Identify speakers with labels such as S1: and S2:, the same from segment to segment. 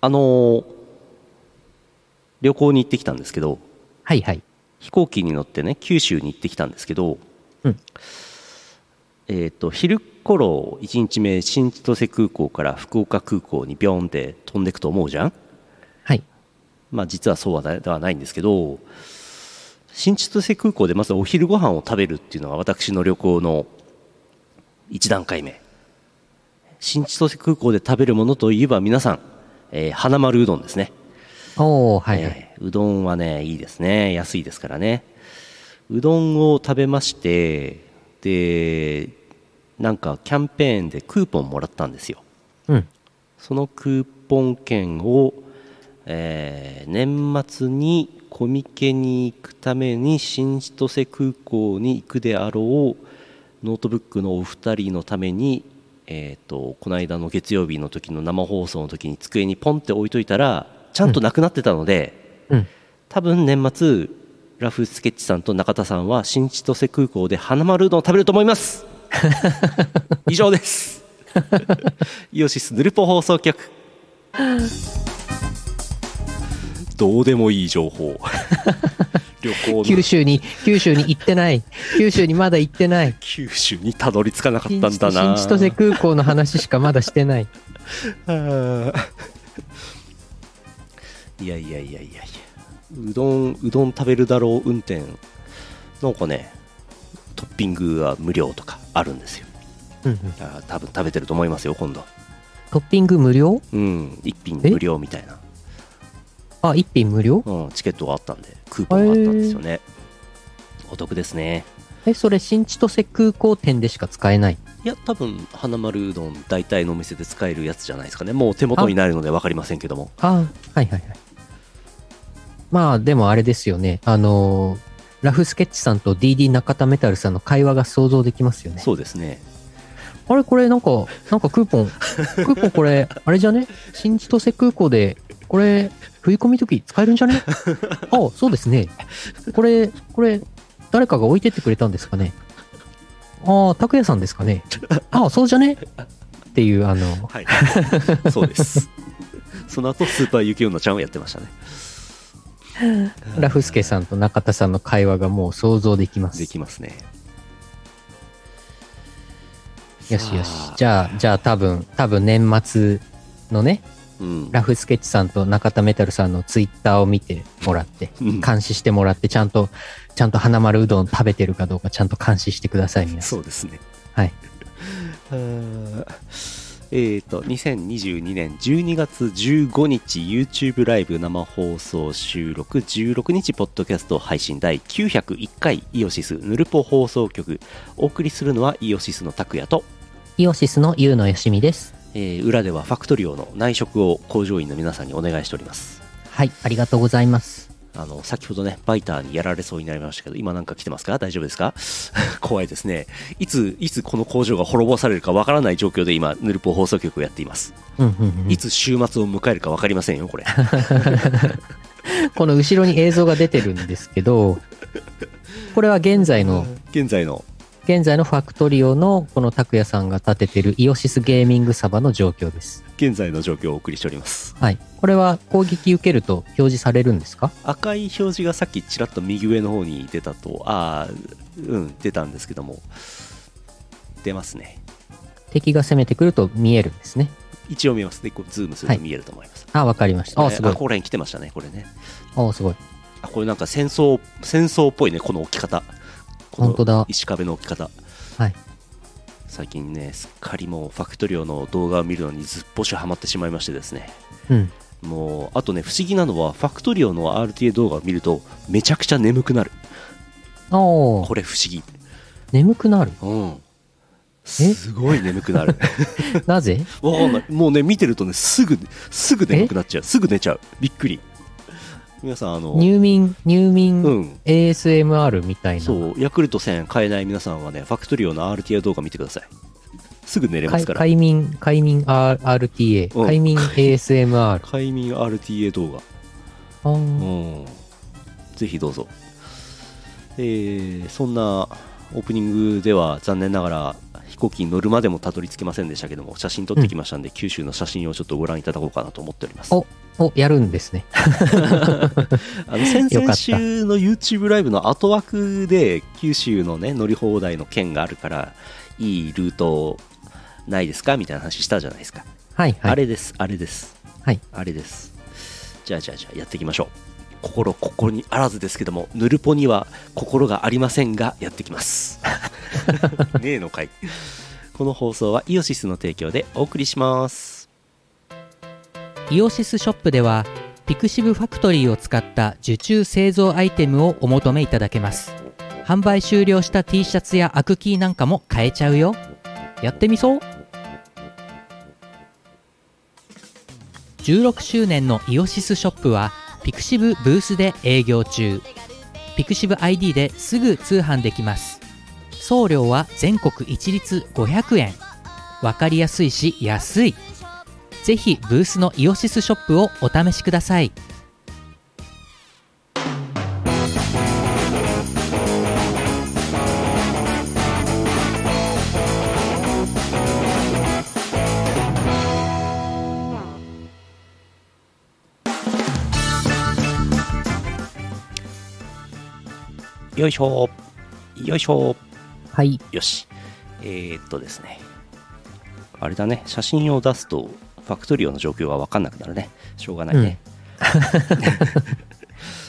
S1: あのー旅行に行ってきたんですけど、
S2: はいはい。
S1: 飛行機に乗ってね、九州に行ってきたんですけど、
S2: うん
S1: えっ、と、昼頃、1日目、新千歳空港から福岡空港にビョンって飛んでくと思うじゃん
S2: はい。
S1: まあ実はそうはなではないんですけど、新千歳空港でまずお昼ご飯を食べるっていうのが私の旅行の一段階目。新千歳空港で食べるものといえば皆さん、えー花丸うどんですね。
S2: おー、はいはい。
S1: えーうどんはね、いいですね。安いですからね。うどんを食べまして、で、なんかキャンペーンでクーポンもらったんですよ。
S2: うん。
S1: そのクーポン券を、えー年末にコミケに行くために新千歳空港に行くであろうノートブックのお二人のために、えー、とこの間の月曜日の時の生放送の時に机にポンって置いといたらちゃんとなくなってたので、
S2: うん。
S1: 多分年末ラフスケッチさんと中田さんは新千歳空港で花丸うどんを食べると思います 以上ですイオシスヌルポ放送局どうでもいい情 報旅行
S2: 九
S1: の
S2: 州に、九州に行ってない。 九州にまだ行ってない。
S1: 九州にたどり着かなかっ
S2: 新
S1: たんだな
S2: 千歳空港の話しかまだし てない。
S1: あー いやいやいやいやいやうどんうどん食べるだろう運転なんかねトッピングは無料とかあるんですよ
S2: うんうん。
S1: あー多分食べてると思いますよ今度
S2: トッピング無料
S1: うん一品
S2: え
S1: 無料みたいな、
S2: あ、一品無料
S1: うん、チケットがあったんでクーポンがあったんですよねお得ですね
S2: え、それ新千歳空港店でしか使えない。
S1: いや多分花丸うどん大体のお店で使えるやつじゃないですかねもう手元にないので分かりませんけども
S2: あはいはいはい。まあ、でもあれですよね。あのーラフスケッチさんと DD 中田メタルさんの会話が想像できますよね。
S1: そうですね
S2: あれこれなんか、なんかク ーポン、クーポンこれ、あれじゃね新千歳空港で、これ、振り込み時使えるんじゃ ねあそうですね。これ、これ、誰かが置いてってくれたんですかねああ、拓也さんですかねあそうじゃねっていう、あの、
S1: はい そうですその後スーパー雪女ちゃんをやってましたね
S2: ラフスケさんと中田さんの会話がもう想像できます。
S1: できますね
S2: よしよし
S1: さ。あ
S2: じゃあ、じゃあ多分、多分年末のね、
S1: うん
S2: ラフスケッチさんと中田メタルさんのツイッターを見てもらって、
S1: うん
S2: 監視してもらって、ちゃんと、ちゃんと花丸うどん食べてるかどうかちゃんと監視してください、皆さん。
S1: そうですね
S2: はい。
S1: えーと2022年12月15日 YouTube ライブ生放送収録16日ポッドキャスト配信第901回イオシスヌルポ放送局お送りするのはイオシスの拓也と、
S2: イオシスのゆうのよしみです。
S1: えー裏ではファクトリオの内職を工場員の皆さんにお願いしております
S2: はい、ありがとうございます。
S1: あの先ほどねバイターにやられそうになりましたけど今なんか来てますか大丈夫ですか 怖いですねいついつこの工場が滅ぼされるかわからない状況で今ヌルポ放送局をやっています
S2: うんうんう
S1: いつ週末を迎えるか分かりませんよ、これ。
S2: ん、この後ろに映像が出てるんですけど、これは現在の、
S1: 現在の、
S2: 現在のファクトリオのこの拓也さんが建ててるイオシスゲーミングサバの状況です。
S1: 現在の状況をお送りしております。
S2: はい。これは攻撃受けると表示されるんですか
S1: 赤い表示がさっきちらっと右上の方に出たと、ああ、うん、出たんですけども、出ますね。
S2: 敵が攻めてくると見えるんですね。
S1: 一応見えます。で、こうズームすると見えると思います。
S2: あ、わかりました。あ、すごい
S1: こ。こら辺来てましたね、これね。
S2: あ、すごい。
S1: あ、これなんか戦争、戦争っぽいね、この置き方。こ
S2: 本
S1: の
S2: 当だ。
S1: 石壁の置き方。
S2: はい。
S1: 最近ね、すっかりもうファクトリオの動画を見るのにずっぽしハマってしまいましてですね。
S2: うん。
S1: もうあとね不思議なのはファクトリオの RTA 動画を見るとめちゃくちゃ眠くなる
S2: ああ、
S1: これ不思議
S2: 眠 くなる。
S1: うんすごい眠くなる
S2: なぜ
S1: わかん ないもうね見てるとねすぐすぐ眠くなっちゃうすぐ寝ちゃうびっくり皆さんあの
S2: 入眠、入眠、
S1: うん
S2: ASMR みたいな。
S1: そうヤクルト1000買えない皆さんはねファクトリオの RTA 動画見てくださいすぐ寝れま
S2: 快
S1: すから
S2: 快眠、快眠 R- RTA、
S1: うん
S2: 快眠 ASMR。
S1: 快眠 RTA 動画
S2: あー
S1: うん、ぜひどうぞ、えーそんなオープニングでは残念ながら飛行機に乗るまでもたどり着けませんでしたけども写真撮ってきましたんで、九州の写真をちょっとご覧いただこうかなと思っております
S2: おお、やるんですね。
S1: あの先々週の YouTube ライブの後枠で九州のね乗り放題の件があるからいいルートないですかみたいな話したじゃないですか、
S2: はいはい。
S1: あれですあれです
S2: はい
S1: あれですじゃあじゃあじゃあやっていきましょう心ここにあらずですけどもヌルポには心がありませんがやってきます ねえのかいこの放送はイオシスの提供でお送りします
S2: イオシスショップではピクシブファクトリーを使った受注製造アイテムをお求めいただけます販売終了した T シャツやアクキーなんかも買えちゃうよやってみそう16周年のイオシスショップはピクシブブースで営業中ピクシブ ID ですぐ通販できます送料は全国一律500円わかりやすいし安いぜひブースのイオシスショップをお試しください
S1: よいしょよいしょ
S2: はい
S1: よし。えー、っとですね。あれだね。写真を出すと、ファクトリオの状況が分かんなくなるね。しょうがないね。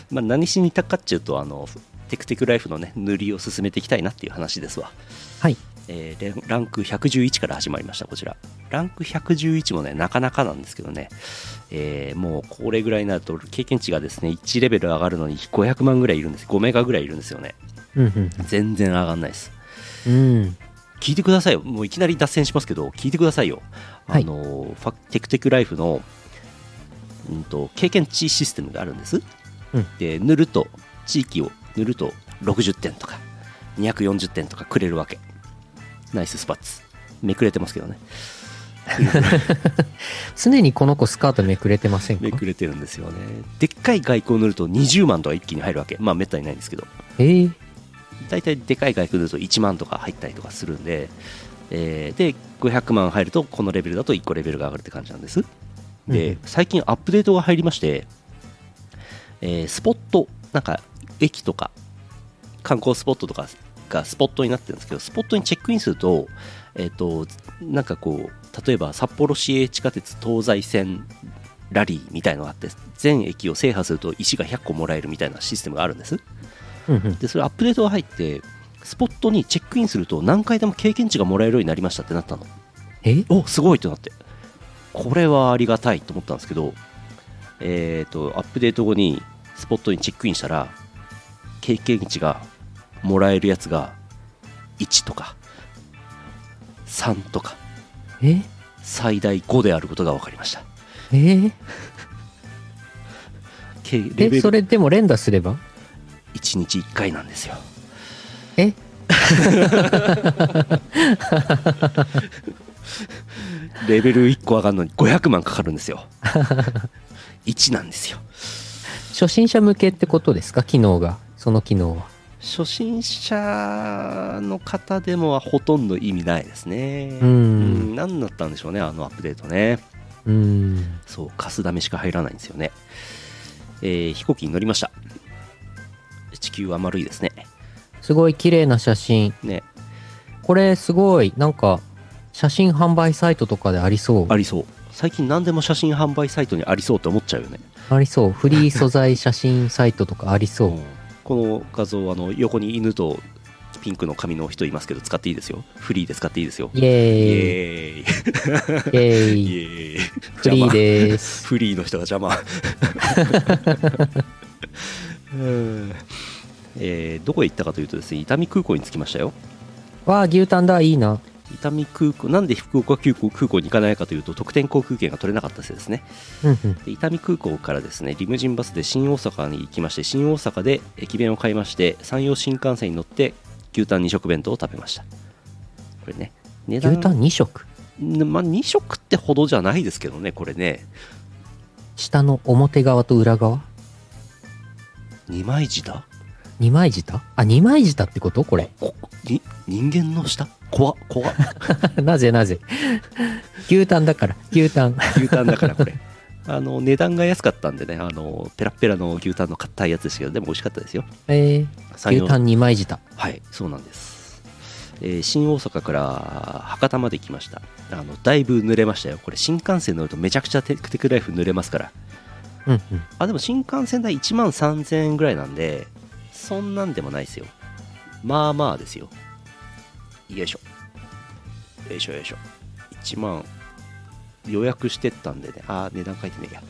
S1: まあ何しに行ったかっちゅうと、あの、テクテクライフのね、塗りを進めていきたいなっていう話ですわ。
S2: はい
S1: えーレンランク111から始まりました、こちら。ランク111もね、なかなかなんですけどね、えーもうこれぐらいになると、経験値がですね、1レベル上がるのに500万ぐらいいるんです。5メガぐらいいるんですよね。
S2: うん
S1: 全然上がんないです。
S2: うん
S1: 聞いてくださいよ、もういきなり脱線しますけど、聞いてくださいよ、
S2: はい
S1: あのファテクテクライフの、うん、と経験値システムがあるんです、
S2: うん
S1: で塗ると、地域を塗ると60点とか、240点とかくれるわけ、ナイススパッツ、めくれてますけどね、
S2: 常にこの子スカートめくれてませんか
S1: めくれてるんですよね、でっかい外交を塗ると20万とか一気に入るわけ、まあ、めったにないんですけど、
S2: えー、
S1: 大体でかい外国だと1万とか入ったりとかするんで、えーで500万入るとこのレベルだと1個レベルが上がるって感じなんですで、
S2: うん
S1: 最近アップデートが入りまして、えースポットなんか駅とか観光スポットとかがスポットになってるんですけどスポットにチェックインすると,、えー、となんかこう例えば札幌市営地下鉄東西線ラリーみたいのがあって全駅を制覇すると石が100個もらえるみたいなシステムがあるんです
S2: うんうん
S1: でそれアップデートが入ってスポットにチェックインすると何回でも経験値がもらえるようになりましたってなったの
S2: えー
S1: おすごいってなってこれはありがたいと思ったんですけどえっ、とアップデート後にスポットにチェックインしたら経験値がもらえるやつが1とか3とか
S2: えー
S1: 最大5であることが分かりました
S2: えー
S1: けレベ
S2: え
S1: ル
S2: それでも連打すれば
S1: 1日1回なんですよ
S2: え
S1: レベル1個上がるのに500万かかるんです よ1なんですよ
S2: 初心者向けってことですか機能がその機能は
S1: 初心者の方でもはほとんど意味ないですね
S2: うん
S1: ん何だったんでしょうねあのアップデートね
S2: うーん
S1: そうカスダメしか入らないんですよね、えー飛行機に乗りました地球は丸いですね
S2: すごい綺麗な写真
S1: ね
S2: これすごいなんか写真販売サイトとかでありそう
S1: ありそう最近何でも写真販売サイトにありそうって思っちゃうよね
S2: ありそうフリー素材写真サイトとかありそう
S1: うんこの画像あの横に犬とピンクの髪の人いますけど使っていいですよフリーで使っていいですよ
S2: イ
S1: イ
S2: エー
S1: エーイ
S2: イイエーイ
S1: イ エーイ
S2: フリーでーす。
S1: フリーの人が邪魔 うんえーどこへ行ったかというとですね伊丹空港に着きましたよ
S2: わあ、牛タンだ、いいな。
S1: 伊丹空港なんで福岡空港空港に行かないかというと特典航空券が取れなかったせいですね
S2: うんうん。
S1: で伊丹空港からですねリムジンバスで新大阪に行きまして新大阪で駅弁を買いまして山陽新幹線に乗って牛タン2食弁当を食べましたこれね値段
S2: 牛タン2色。
S1: んまあ、2食ってほどじゃないですけどねこれね
S2: 下の表側と裏側。
S1: 2枚舌
S2: 2枚舌あ、2枚舌ってことこれ。
S1: こに人間の舌怖っ怖っ
S2: なぜなぜ。牛タンだから、牛タン。
S1: 牛タンだからこ れあの値段が安かったんでねあのペラッペラの牛タンの硬いやつでしたけどでも美味しかったですよ
S2: えー、
S1: 山陽
S2: 牛タン2枚舌。
S1: はいそうなんです、えー新大阪から博多まで来ましたあのだいぶ濡れましたよこれ新幹線乗るとめちゃくちゃテクテクライフ濡れますから
S2: うんうん。
S1: あでも新幹線代1万3000円ぐらいなんでそんなんでもないですよまあまあですよよいしょよいしょよいしょ1万予約してったんでねあー値段書いてねえや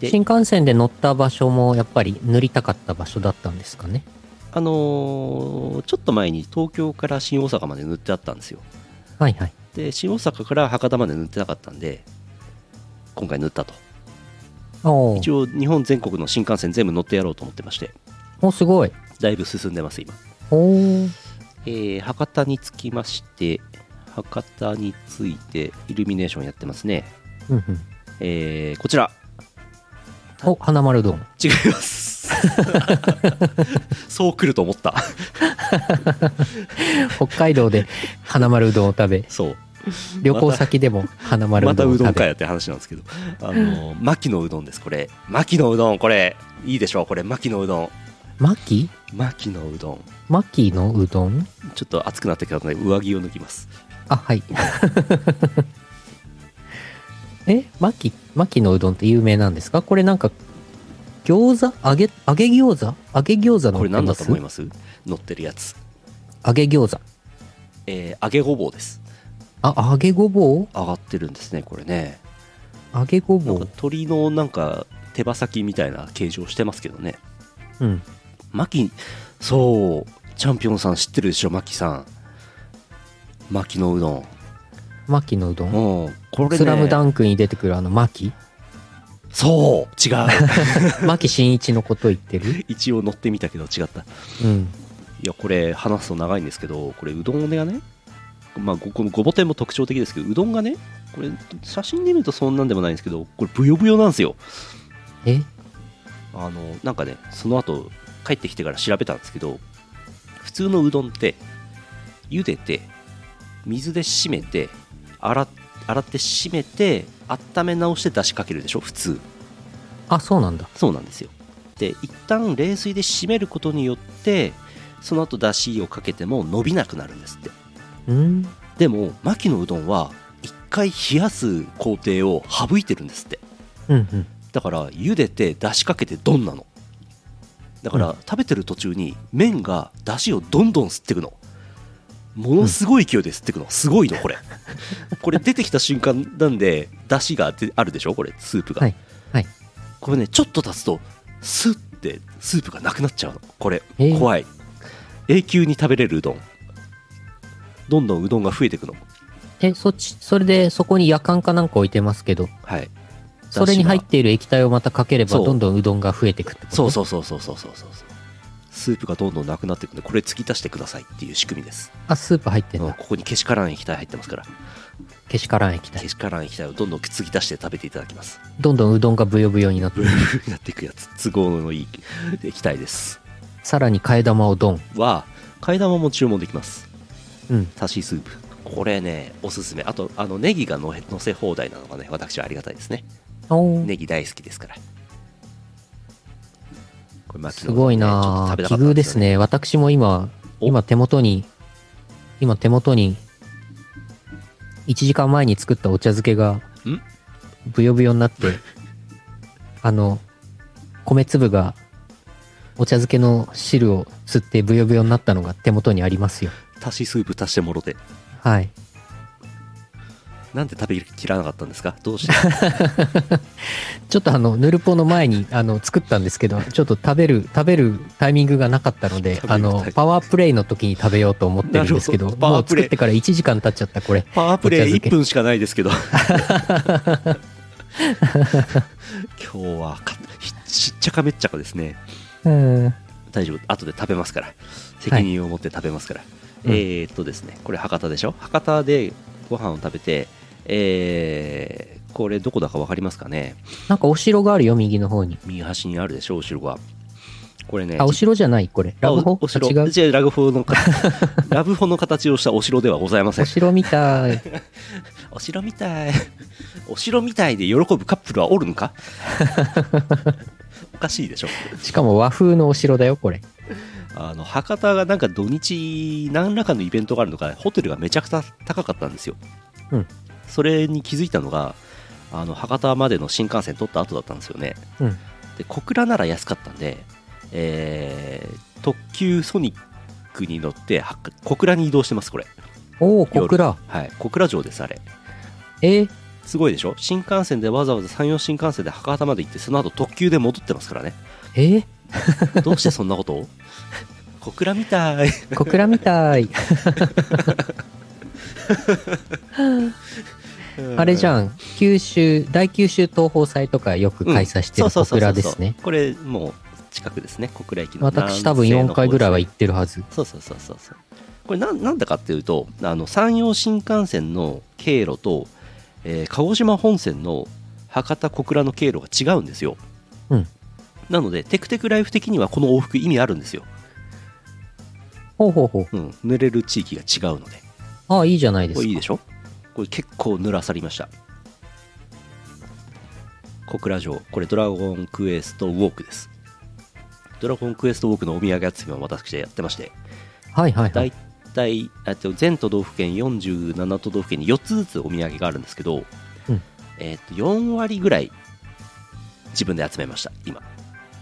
S1: で
S2: 新幹線で乗った場所もやっぱり塗りたかった場所だったんですかね。
S1: あのーちょっと前に東京から新大阪まで塗ってあったんですよ
S2: はいはい。
S1: で新大阪から博多まで塗ってなかったんで今回塗ったと
S2: お
S1: 一
S2: ー
S1: 応日本全国の新幹線全部乗ってやろうと思ってまして
S2: お、すごい。
S1: だいぶ進んでます今、
S2: おー
S1: えー博多に着きまして博多に着いてイルミネーションやってますね
S2: うんうん。
S1: えーこちら
S2: お、花丸うどん。
S1: 違います そう来ると思った
S2: 北海道で花丸うどんを食べ、
S1: そう
S2: 旅行先でも花丸
S1: ま
S2: う
S1: た
S2: どんを
S1: う
S2: 食べ。
S1: どんかよって話なんですけどあの牧のうどんですこれ牧のうどんこれいいでしょうこれ牧のうどん
S2: マキ
S1: 牧のうどん
S2: マキのうどん
S1: ちょっと暑くなってきたので上着を脱ぎます
S2: あ、はい。 え、マキ、マキのうどんって有名なんですかこれなんか、餃子揚げ、揚げ餃子揚げ餃子の
S1: これ何だと思い
S2: ま
S1: ます乗ってるやつ、
S2: す揚げ餃子。
S1: えー揚げごぼうです
S2: あ、揚げごぼ
S1: 上がってるんですねこれね
S2: う揚げご
S1: な
S2: ぼ
S1: んか
S2: う。
S1: 鳥のなんか手羽先みたいな形状してますけどね
S2: うん。
S1: マキそうチャンピオンさん知ってるでしょマキさんマキのうどん
S2: マキのうどん。
S1: うんこれね
S2: スラムダンクに出てくるあのマキ
S1: そう違う
S2: マキ新一のこと言ってる
S1: 一応乗ってみたけど違った
S2: うん。
S1: いやこれ話すと長いんですけどこれうどんがね、まあ、ごこのごぼ天も特徴的ですけどうどんがねこれ写真で見るとそんなんでもないんですけどこれブヨブヨなんですよ
S2: え
S1: あのなんかねその後帰ってきてから調べたんですけど普通のうどんって茹でて水で締めて洗っ洗って締めて温め直して出しかけるでしょ普通
S2: あ、そうなんだ。
S1: そうなんですよで一旦冷水で締めることによってその後出汁をかけても伸びなくなるんですって
S2: うん。
S1: でも牧のうどんは一回冷やす工程を省いてるんですって
S2: うんうん。
S1: だから茹でて出しかけてどんなのだから、
S2: うん
S1: 食べてる途中に麺が出汁をどんどん吸ってくのものすごい勢いで吸ってくのすごいの これこれ出てきた瞬間なんで出汁がであるでしょこれスープが
S2: はいはい
S1: これねちょっと経つとスッってスープがなくなっちゃうのこれ
S2: えー
S1: 怖い永久に食べれるうどんどんどんうどんが増えてくの
S2: え、そっち、それでそこに夜間かなんか置いてますけど、
S1: はい
S2: それに入っている液体をまたかければ
S1: そう
S2: どんどんうどんが増えていくってこと
S1: そうそうそうそうそうそうそうそうスープがどんどんなくなっていくんでこれ突き足してくださいっていう仕組みです
S2: あスープ入ってん
S1: こ
S2: だ
S1: こにけしからん液体入ってますから
S2: けしからん液体
S1: けしからん液体をどんどん突き足して食べていただきます
S2: どんどんうどんがブヨブヨになって
S1: ブルブルになっていくやつ都合のいい液体です
S2: さらに替え玉をドン
S1: は替え玉も注文できます
S2: うん
S1: 足しスープこれねおすすめあとあのネギがののせ放題なのがね私はありがたいですね
S2: おー
S1: ネギ大好きですからこれ
S2: すごいなあ、奇遇です
S1: ね
S2: ね私も今
S1: お
S2: 今手元に今手元に1時間前に作ったお茶漬けが
S1: ん
S2: ブヨブヨに なってあの米粒がお茶漬けの汁を吸ってブヨブヨになったのが手元にありますよ
S1: 足しスープ足してもろて
S2: はい
S1: なんで食べきらなかったんですかどうして
S2: ちょっとあの、ヌルポの前にあの作ったんですけど、ちょっと食べる、食べるタイミングがなかったので
S1: 食べ、るタ
S2: あ
S1: イミン
S2: の
S1: グ、
S2: パワープレイの時に食べようと思ってるんですけど、
S1: なるほどパ
S2: も
S1: ワ
S2: う
S1: ープレイ
S2: 作ってから1時間経っちゃった、これ。
S1: パワープレ
S2: お茶
S1: イ
S2: 漬け
S1: 1分しかない ですけど今日はかひしっちゃかめっちゃかですね
S2: うん。
S1: 大丈夫後で食べますから責任を持って食べますから、
S2: うん
S1: えー、っとですねこれ博多でしょ博多でご飯を食べてえー、これどこだか分かりますかね
S2: なんかお城があるよ、右の方に。
S1: 右端にあるでしょお城がこれね
S2: あ、お城じゃない、これ。ラブホ
S1: おお城
S2: あ 違う。
S1: 違うラブホのか ラブホの形をしたお城ではございませ
S2: お
S1: ん
S2: 城みたい。
S1: お城みたい お城みたいで喜ぶカップルはおるんか おかしいでしょ
S2: しかも和風のお城だよ、これ。
S1: あの博多がなんか土日何らかのイベントがあるのかホテルがめちゃくちゃ高かったんですよ、
S2: うん
S1: それに気づいたのがあの博多までの新幹線取った後だったんですよね
S2: うん。
S1: で小倉なら安かったんで、えー特急ソニックに乗っては小倉に移動してますこれ、
S2: おお、小倉。
S1: はい、小倉城ですあれ
S2: えー
S1: すごいでしょ新幹線でわざわざ山陽新幹線で博多まで行ってその後特急で戻ってます からね
S2: えー
S1: どうしてそんなことを小倉みたい
S2: 小倉み たい。あれじ
S1: ん
S2: ゃん。九州、大九州東宝祭とかよく開催してる小倉ですね。
S1: これもう近くですね小倉駅の
S2: 私多分
S1: 南西の方
S2: 4回ぐらいは
S1: です
S2: 行ってるはず
S1: ね。そうそうそうそうそうこれなんなんだかっていうとあの山陽新幹線の経路と、えー鹿児島本線の博多小倉の経路が違うんですよ、
S2: うん
S1: なのでテクテクライフ的にはこの往復意味あるんですよ、
S2: ほうほうほう。
S1: うん、濡れる地域が違うので
S2: ああ、いいじゃないです
S1: こ
S2: か。
S1: れいいでしょこれ結構濡らされました小倉城これドラゴンクエストウォークですドラゴンクエストウォークのお土産集めを私やってまして
S2: はいはいはい。
S1: 大体あと全都道府県47都道府県に4つずつお土産があるんですけど、
S2: うん
S1: えーっと4割ぐらい自分で集めました今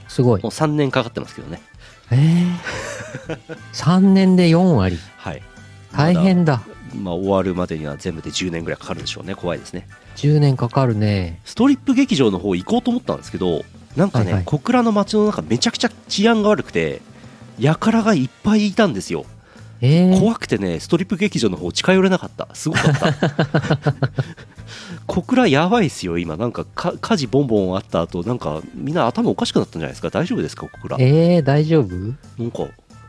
S2: すごい
S1: もう。3年かかってますけどね
S2: えー、3年で4割。
S1: はい
S2: 大変だ。
S1: まあ終わるまでには全部で10年ぐらいかかるでしょうね怖いですね
S2: 10年かかるね。
S1: ストリップ劇場の方行こうと思ったんですけどなんかね、
S2: はいはい
S1: 小倉の街の中めちゃくちゃ治安が悪くてやからがいっぱいいたんですよ、
S2: えー、
S1: 怖くてねストリップ劇場の方近寄れなかったすごかった小倉やばいっすよ今なんかか火事ボンボンあった後なんかみんな頭おかしくなったんじゃないですか大丈夫ですか小倉なんか
S2: えー、大丈夫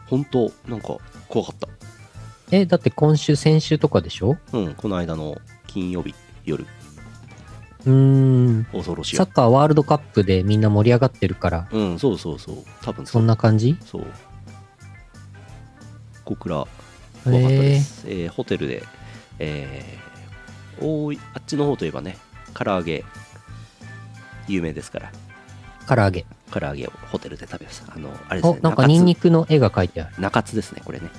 S1: 本当なんか怖かっ
S2: え、だって今週、先週とかでしょ
S1: たうんこの間の金曜日夜
S2: うーん。
S1: 恐ろしい
S2: サッカーワールドカップでみんな盛り上がってるから、
S1: うんそうそうそう多分
S2: そ
S1: そうん
S2: な感じ
S1: そう小倉
S2: え
S1: 怖かったで
S2: ー、
S1: す、えーホテルで、えー大いあっちの方といえばね唐揚げ有名ですから
S2: 唐揚げ。
S1: 唐揚げをホテルで食べますあのあれです
S2: お
S1: ね、
S2: なんかニンニクの絵が描いてある。
S1: 中津中津ですねこれね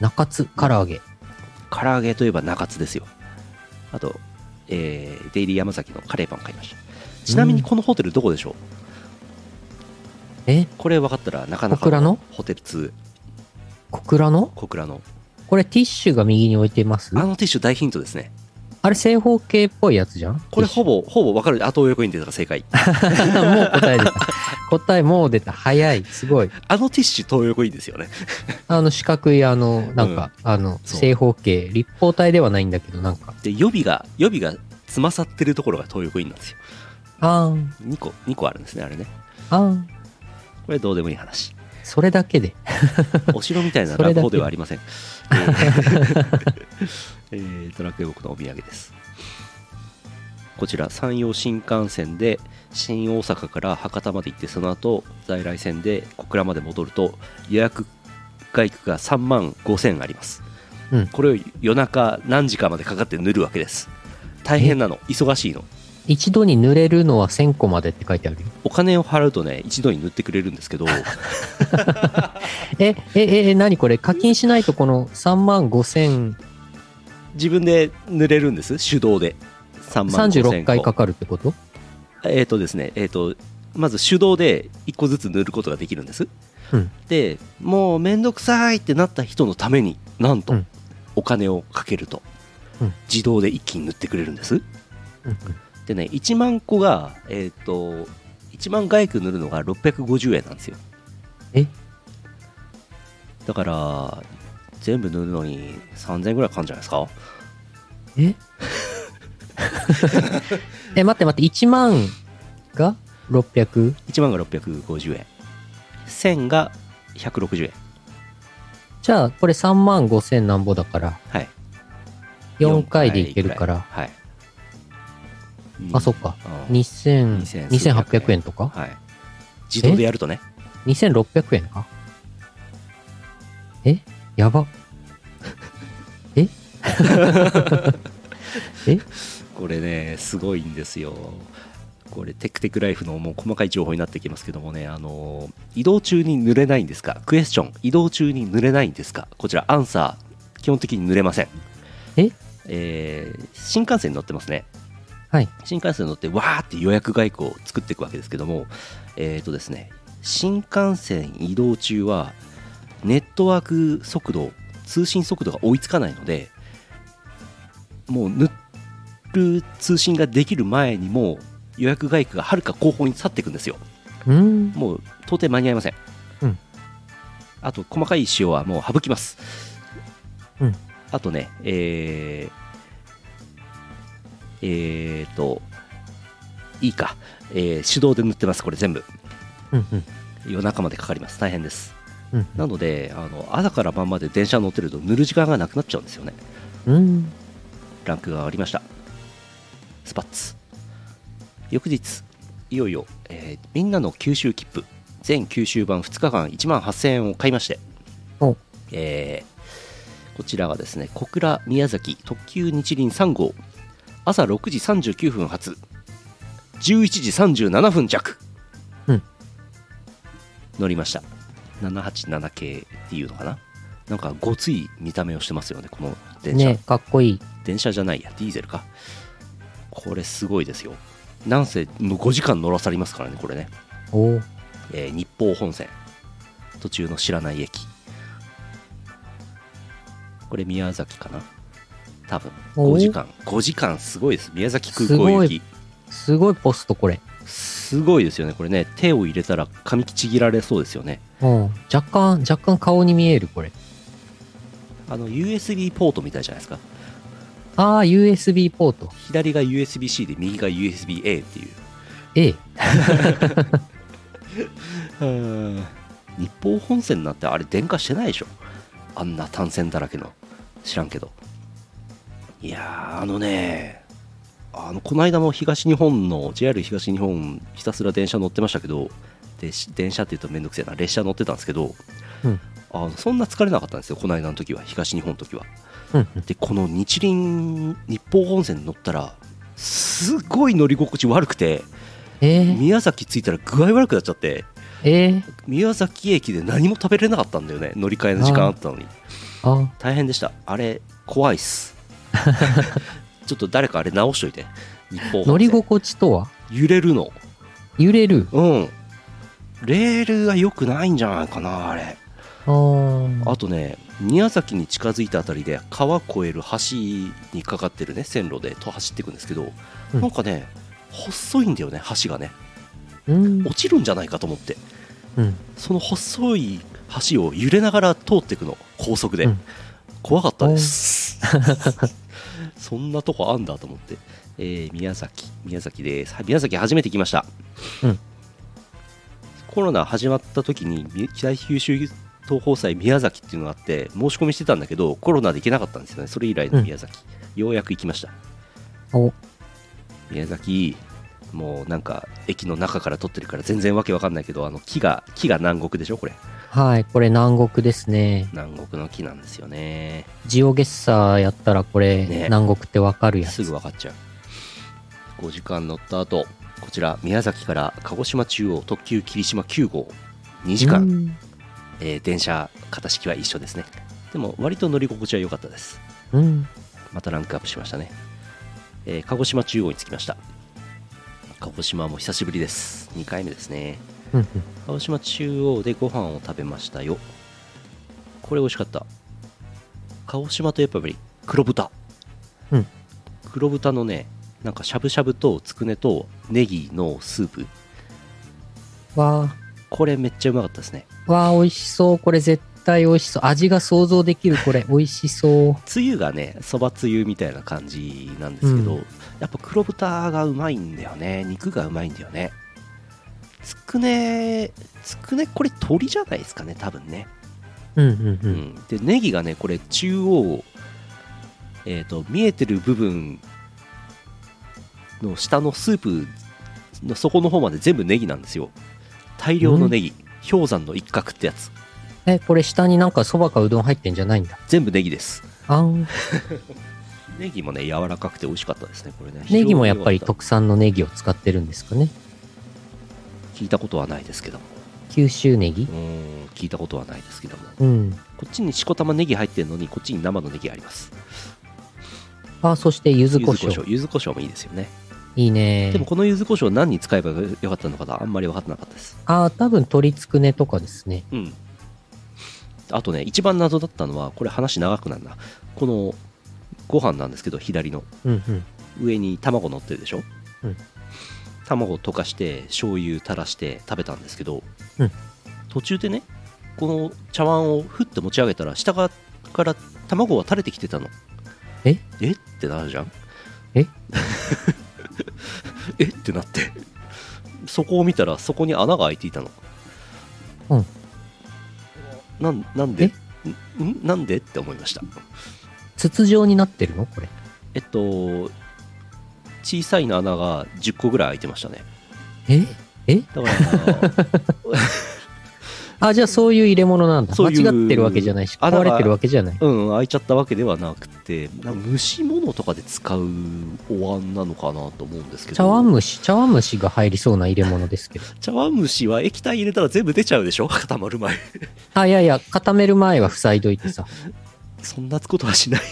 S2: 中津唐揚げ。
S1: 唐揚げといえば中津ですよあと、えーデイリー山崎のカレーパン買いましたちなみにこのホテルどこでしょう、
S2: え
S1: これ分かったらなかなか
S2: 小倉の
S1: ホテル2
S2: 小倉の
S1: 小倉の
S2: これティッシュが右に置いてます
S1: あ
S2: あ
S1: のティッシュ大ヒントですね
S2: れ正方形っぽいやつじゃん
S1: これほ
S2: ぼ。
S1: ぼほぼ分かる後追い横に出たら正解
S2: もう答え出た。答えもう出た。早い。すごい。
S1: あのティッシュ東横いいですよね
S2: あの四角い、あの、なんか、あの、
S1: そう
S2: 正方形。立方体ではないんだけど、なんか。
S1: で予備が予備がつまさってるところが東横インなんですよ
S2: あーん、
S1: 2個2個あるんですねあれね
S2: あーん。
S1: これどうでもいい 話
S2: それだけで。
S1: お城みたいな
S2: そ
S1: ラ
S2: れだ
S1: ブ
S2: け
S1: ホではありませんえーえードラクエ国のお土産ですこちら山陽新幹線で新大阪から博多まで行ってその後在来線で小倉まで戻ると予約外区が3万5000あります、
S2: うん
S1: これを夜中何時間までかかって塗るわけです大変なの忙しいの
S2: 一度に濡れるのは1000個までって書いてあるよ。
S1: お金を払うとね一度に塗ってくれるんですけ ど
S2: え、え、え、え、何これ課金しないとこの3万5000、
S1: 自分で塗れるんです手動で3万5000個
S2: 36回かかるってこと
S1: えっ、とですねえっ、とまず手動で1個ずつ塗ることができるんです、
S2: うん
S1: でもうめんどくさいってなった人のためになんと、
S2: うん
S1: お金をかけると、
S2: うん
S1: 自動で一気に塗ってくれるんです
S2: うんうん
S1: でね1万個がえっ、と1万外区塗るのが650円なんですよ
S2: え
S1: だから全部塗るのに3000円ぐらいかかるんじゃないですか
S2: え え、待って待って、1万が 600?
S1: 1万が650円1000が160円
S2: じゃあ、これ3万5000なんぼだから、
S1: はい
S2: 4回でいけるか
S1: 四
S2: ら、
S1: 回ぐらいはい
S2: あ、そっか。
S1: うん2800
S2: 2000 2800円とか
S1: はい自動でやるとね
S2: 2600円か。えやば。ええ
S1: これねすごいんですよこれテクテクライフのもう細かい情報になってきますけどもねあの移動中に濡れないんですかクエスチョン移動中に濡れないんですかこちらアンサー基本的に濡れません
S2: え
S1: えー新幹線に乗ってますね
S2: はい
S1: 新幹線に乗ってわーって予約外交を作っていくわけですけどもえっ、とですね新幹線移動中はネットワーク速度通信速度が追いつかないのでもう塗る通信ができる前にもう予約外区がはるか後方に去っていくんですよ
S2: うーん。
S1: もう到底間に合いません、
S2: うん
S1: あと細かい仕様はもう省きます、
S2: うん
S1: あとねえー、えーといいか、えー手動で塗ってますこれ全部
S2: うんうん。
S1: 夜中までかかります大変です
S2: うん
S1: なのであの朝から晩まで電車乗ってると塗る時間がなくなっちゃうんですよね
S2: うん。うん。
S1: ランクが上がりましたスパッツ翌日いよいよ、えーみんなの九州切符全九州版2日間1万8000円を買いまして
S2: お、
S1: えーこちらがですね小倉宮崎特急日輪3号朝6時39分発11時37分着、
S2: うん
S1: 乗りました787系っていうのかななんかごつい見た目をしてますよねこの電車、
S2: ねかっこいい。
S1: 電車じゃないやディーゼルかこれすごいですよなんせ5時間乗らされますからねこれね、
S2: おー
S1: えー日報本線途中の知らない駅これ宮崎かな多分
S2: おー
S1: 5時間5時間すごいです宮崎空港行き
S2: すごいポスト、これ。
S1: すごいですよねこれね手を入れたら髪ちぎられそうですよね
S2: うん。若干、若干顔に見える、これ。
S1: あの USB ポートみたいじゃないですか
S2: あー、USB ポート。
S1: 左が USB-C で右が USB-A っていう
S2: A。
S1: 日報本線なんてあれ電化してないでしょあんな単線だらけの知らんけどいやーあのねあのこの間も東日本の JR 東日本ひたすら電車乗ってましたけどでし電車って言うとめんどくせえな列車乗ってたんですけど、
S2: うん
S1: あのそんな疲れなかったんですよこの間の時は東日本の時は
S2: うんうん。
S1: でこの日輪日報本線に乗ったらすごい乗り心地悪くて
S2: えー、
S1: 宮崎着いたら具合悪くなっちゃって
S2: えー、
S1: 宮崎駅で何も食べれなかったんだよね乗り換えの時間あったのに
S2: あ
S1: 大変でしたあれ怖いっ すちょっと誰かあれ直しといて日本
S2: 乗り心地とは
S1: 揺れるの
S2: 揺れる。
S1: うんレールが良くないんじゃないかなあれ
S2: あー
S1: あとね宮崎に近づいたあたりで川越える橋にかかってるね線路でと走っていくんですけど、
S2: うん
S1: なんかね細いんだよね橋がね
S2: うん。
S1: 落ちるんじゃないかと思って
S2: うん。
S1: その細い橋を揺れながら通っていくの高速で、
S2: うん
S1: 怖かったです そんなとこあんだと思って、えー宮崎宮崎ですはい宮崎初めて来ました、
S2: うん
S1: コロナ始まった時にみ北九州東宝祭宮崎っていうのがあって申し込みしてたんだけどコロナで行けなかったんですよねそれ以来の宮崎、ようやく行きました
S2: お、
S1: 宮崎もうなんか駅の中から撮ってるから全然わけわかんないけどあの木が木が南国でしょこれ
S2: はい、これ南国ですね。
S1: 南国の木なんですよね
S2: ジオゲッサーやったらこれ、
S1: ね
S2: 南国ってわかるや
S1: す
S2: つ。
S1: ぐ分かっちゃう5時間乗った後こちら宮崎から鹿児島中央特急霧島9号2時間、
S2: うん
S1: えー電車形式は一緒ですねでも割と乗り心地は良かったです
S2: うん。
S1: またランクアップしましたね、えー鹿児島中央に着きました鹿児島も久しぶりです2回目ですね
S2: うん。
S1: 鹿児島中央でご飯を食べましたよこれ美味しかった鹿児島といえばやっぱり黒豚
S2: うん
S1: 黒豚のねなんかしゃぶしゃぶとつくねとネギのスープ
S2: わ
S1: これめっちゃうまかったですね
S2: ー、わー、美味しそう。これ絶対美味しそう。味が想像できる、これ。美味しそう。
S1: つゆがねそばつゆみたいな感じなんですけど、
S2: うん
S1: やっぱ黒豚がうまいんだよね肉がうまいんだよねつくねつくねこれ鶏じゃないですかね多分ね
S2: うんうんうん。
S1: でネギがねこれ中央、えー、と見えてる部分の下のスープの底の方まで全部ネギなんですよ大量のネギ、氷山の一角ってやつ
S2: え、これ下になんかそばかうどん入ってんじゃないんだ。
S1: 全部ネギです
S2: あん。
S1: ネギもね柔らかくて美味しかったですねこれね
S2: ネギもやっぱり
S1: 非常に良か
S2: 特産のネギを使ってるんですかね。
S1: た聞いたことはないですけども
S2: 九州ネギ
S1: うーん聞いたことはないですけども
S2: うん。
S1: こっちにしこ玉ネギ入ってるのにこっちに生のネギあります
S2: あ、そして柚子
S1: 柚
S2: 胡
S1: 子
S2: 椒。
S1: 胡椒柚子胡椒もいいですよね
S2: いいね
S1: でも。この柚子胡椒何に使えばよかったのかなあんまり分かってなかったです
S2: あ、多分鶏つくねとかですね。
S1: うんあとね一番謎だったのはこれ話長くなるなこのご飯なんですけど左の
S2: うんうん。
S1: 上に卵乗ってるでしょ、
S2: うん
S1: 卵溶かして醤油垂らして食べたんですけど、
S2: うん
S1: 途中でねこの茶碗をふって持ち上げたら下側から卵が垂れてきてたの
S2: え
S1: えってなるじゃん
S2: え
S1: えってなってそこを見たらそこに穴が開いていたの
S2: うん
S1: なんなんでんんなんでって思いました
S2: 筒状になってるのこれ。
S1: えっと小さいの穴が10個ぐらい開いてましたね
S2: ええ
S1: だから、
S2: あ、じゃあそういう入れ物なんだ。
S1: そういう
S2: 間違ってるわけじゃないし、
S1: あだか
S2: 壊
S1: ら
S2: れてるわけじゃない。
S1: うん、開いちゃったわけではなくて、なんか蒸し物とかで使うお椀なのかなと思うんですけど、
S2: 茶碗蒸し、茶碗蒸しが入りそうな入れ物で すけど。
S1: 茶碗蒸しは液体入れたら全部出ちゃうでしょ、 固まる前。
S2: あ、いやいや、固める前は塞いどいてさ。
S1: そんなことはしない。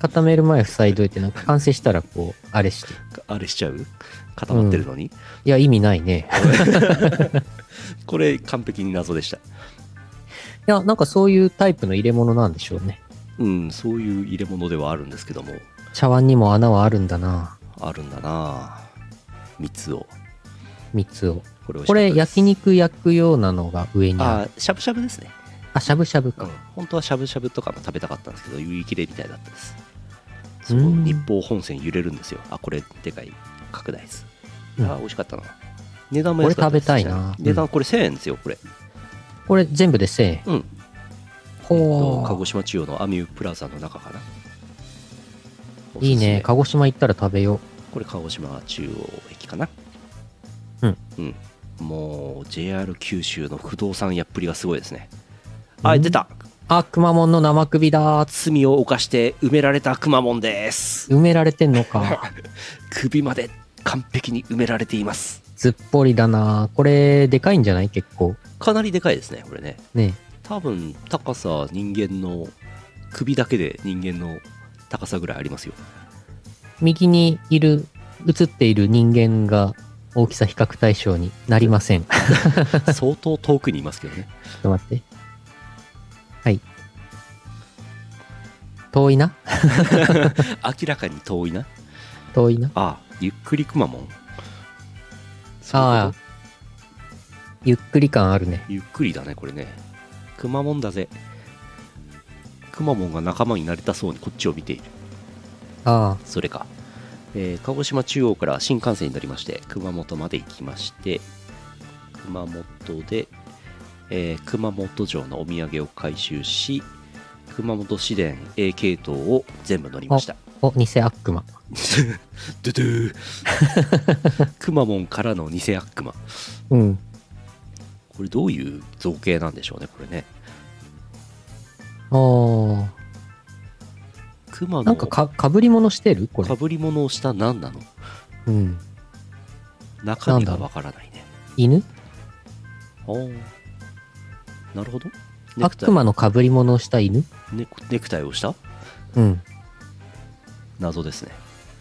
S2: 固める前は塞いどいて、なんか完成したらこう、あれして。
S1: あれしちゃう固まってるのに、
S2: いや、意味な いね。
S1: これ、完璧に謎でした。
S2: いや、なんかそういうタイプの入れ物なんでしょうね。
S1: うん、そういう入れ物ではあるんですけども、
S2: 茶碗にも穴はあるんだな
S1: あるんだなぁ蜜を。
S2: 蜜を。
S1: これ美味しかったです、
S2: これ、焼肉焼くようなのが上にある。
S1: あ、しゃぶしゃぶですね。
S2: あ、しゃぶしゃ
S1: う
S2: ぶ
S1: ん
S2: か。、
S1: 本当はしゃぶしゃぶとかも食べたかったんですけど売り切れみたいだったですそううん日報本線揺れるんですよあこれでかい拡大です、
S2: うん
S1: あ美味しかったな値段も安かったです
S2: これ食べたいな
S1: 値段これ1000円ですよこれ、
S2: これ全部で1000円。
S1: うん
S2: ほ
S1: 鹿児
S2: う。
S1: 島中央のアミュープラザの中かなおすすめ
S2: いいね。鹿児島行ったら食べよ
S1: これ鹿児島中央駅かな
S2: うん、
S1: うん、もう JR 九州の不動産やっぷりがすごいですね
S2: う
S1: あ
S2: ん
S1: 出た
S2: う。あ、くまモンの生首だー。
S1: 罪を犯して埋められたくまモンです
S2: 埋められてん のか。
S1: 首まで完璧に埋められています
S2: ずっぽりだなー。これ、でかいんじゃない結構。
S1: かなりでかいですねこれね
S2: ね
S1: 多分高さ人間の首だけで人間の高さぐらいあります よ
S2: 右にいる、映っている人間が大きさ比較対象になりません。ちょ
S1: 相当遠くにいますけどね
S2: っと待って。はい。遠いな
S1: 明らかに遠いな
S2: 遠いな
S1: ああゆっくりくまモンそういう
S2: ああ
S1: こと。
S2: ゆっくり感あるね。
S1: ゆっくりだねこれねくまモンだぜくまモンが仲間になれたそうにこっちを見ている
S2: あ
S1: それか、えー鹿児島中央から新幹線に乗りまして熊本まで行きまして熊本で、えー熊本城のお土産を回収し熊本市電 A 系統を全部乗りました
S2: あ。お、偽悪魔。
S1: ドゥドゥ ーくまモンからの偽悪魔
S2: うん。
S1: これどういう造形なんでしょうねこれね
S2: あ
S1: 熊
S2: あ。
S1: の
S2: なんかか、かぶり物してるこれ
S1: か。ぶり物をした何なの
S2: うん。
S1: 中身が
S2: なんだろう
S1: わからないね
S2: 犬
S1: あーなるほどネクタイ
S2: 悪魔のかぶり物をした犬
S1: ネクネクタイをした
S2: うん。
S1: 謎ですね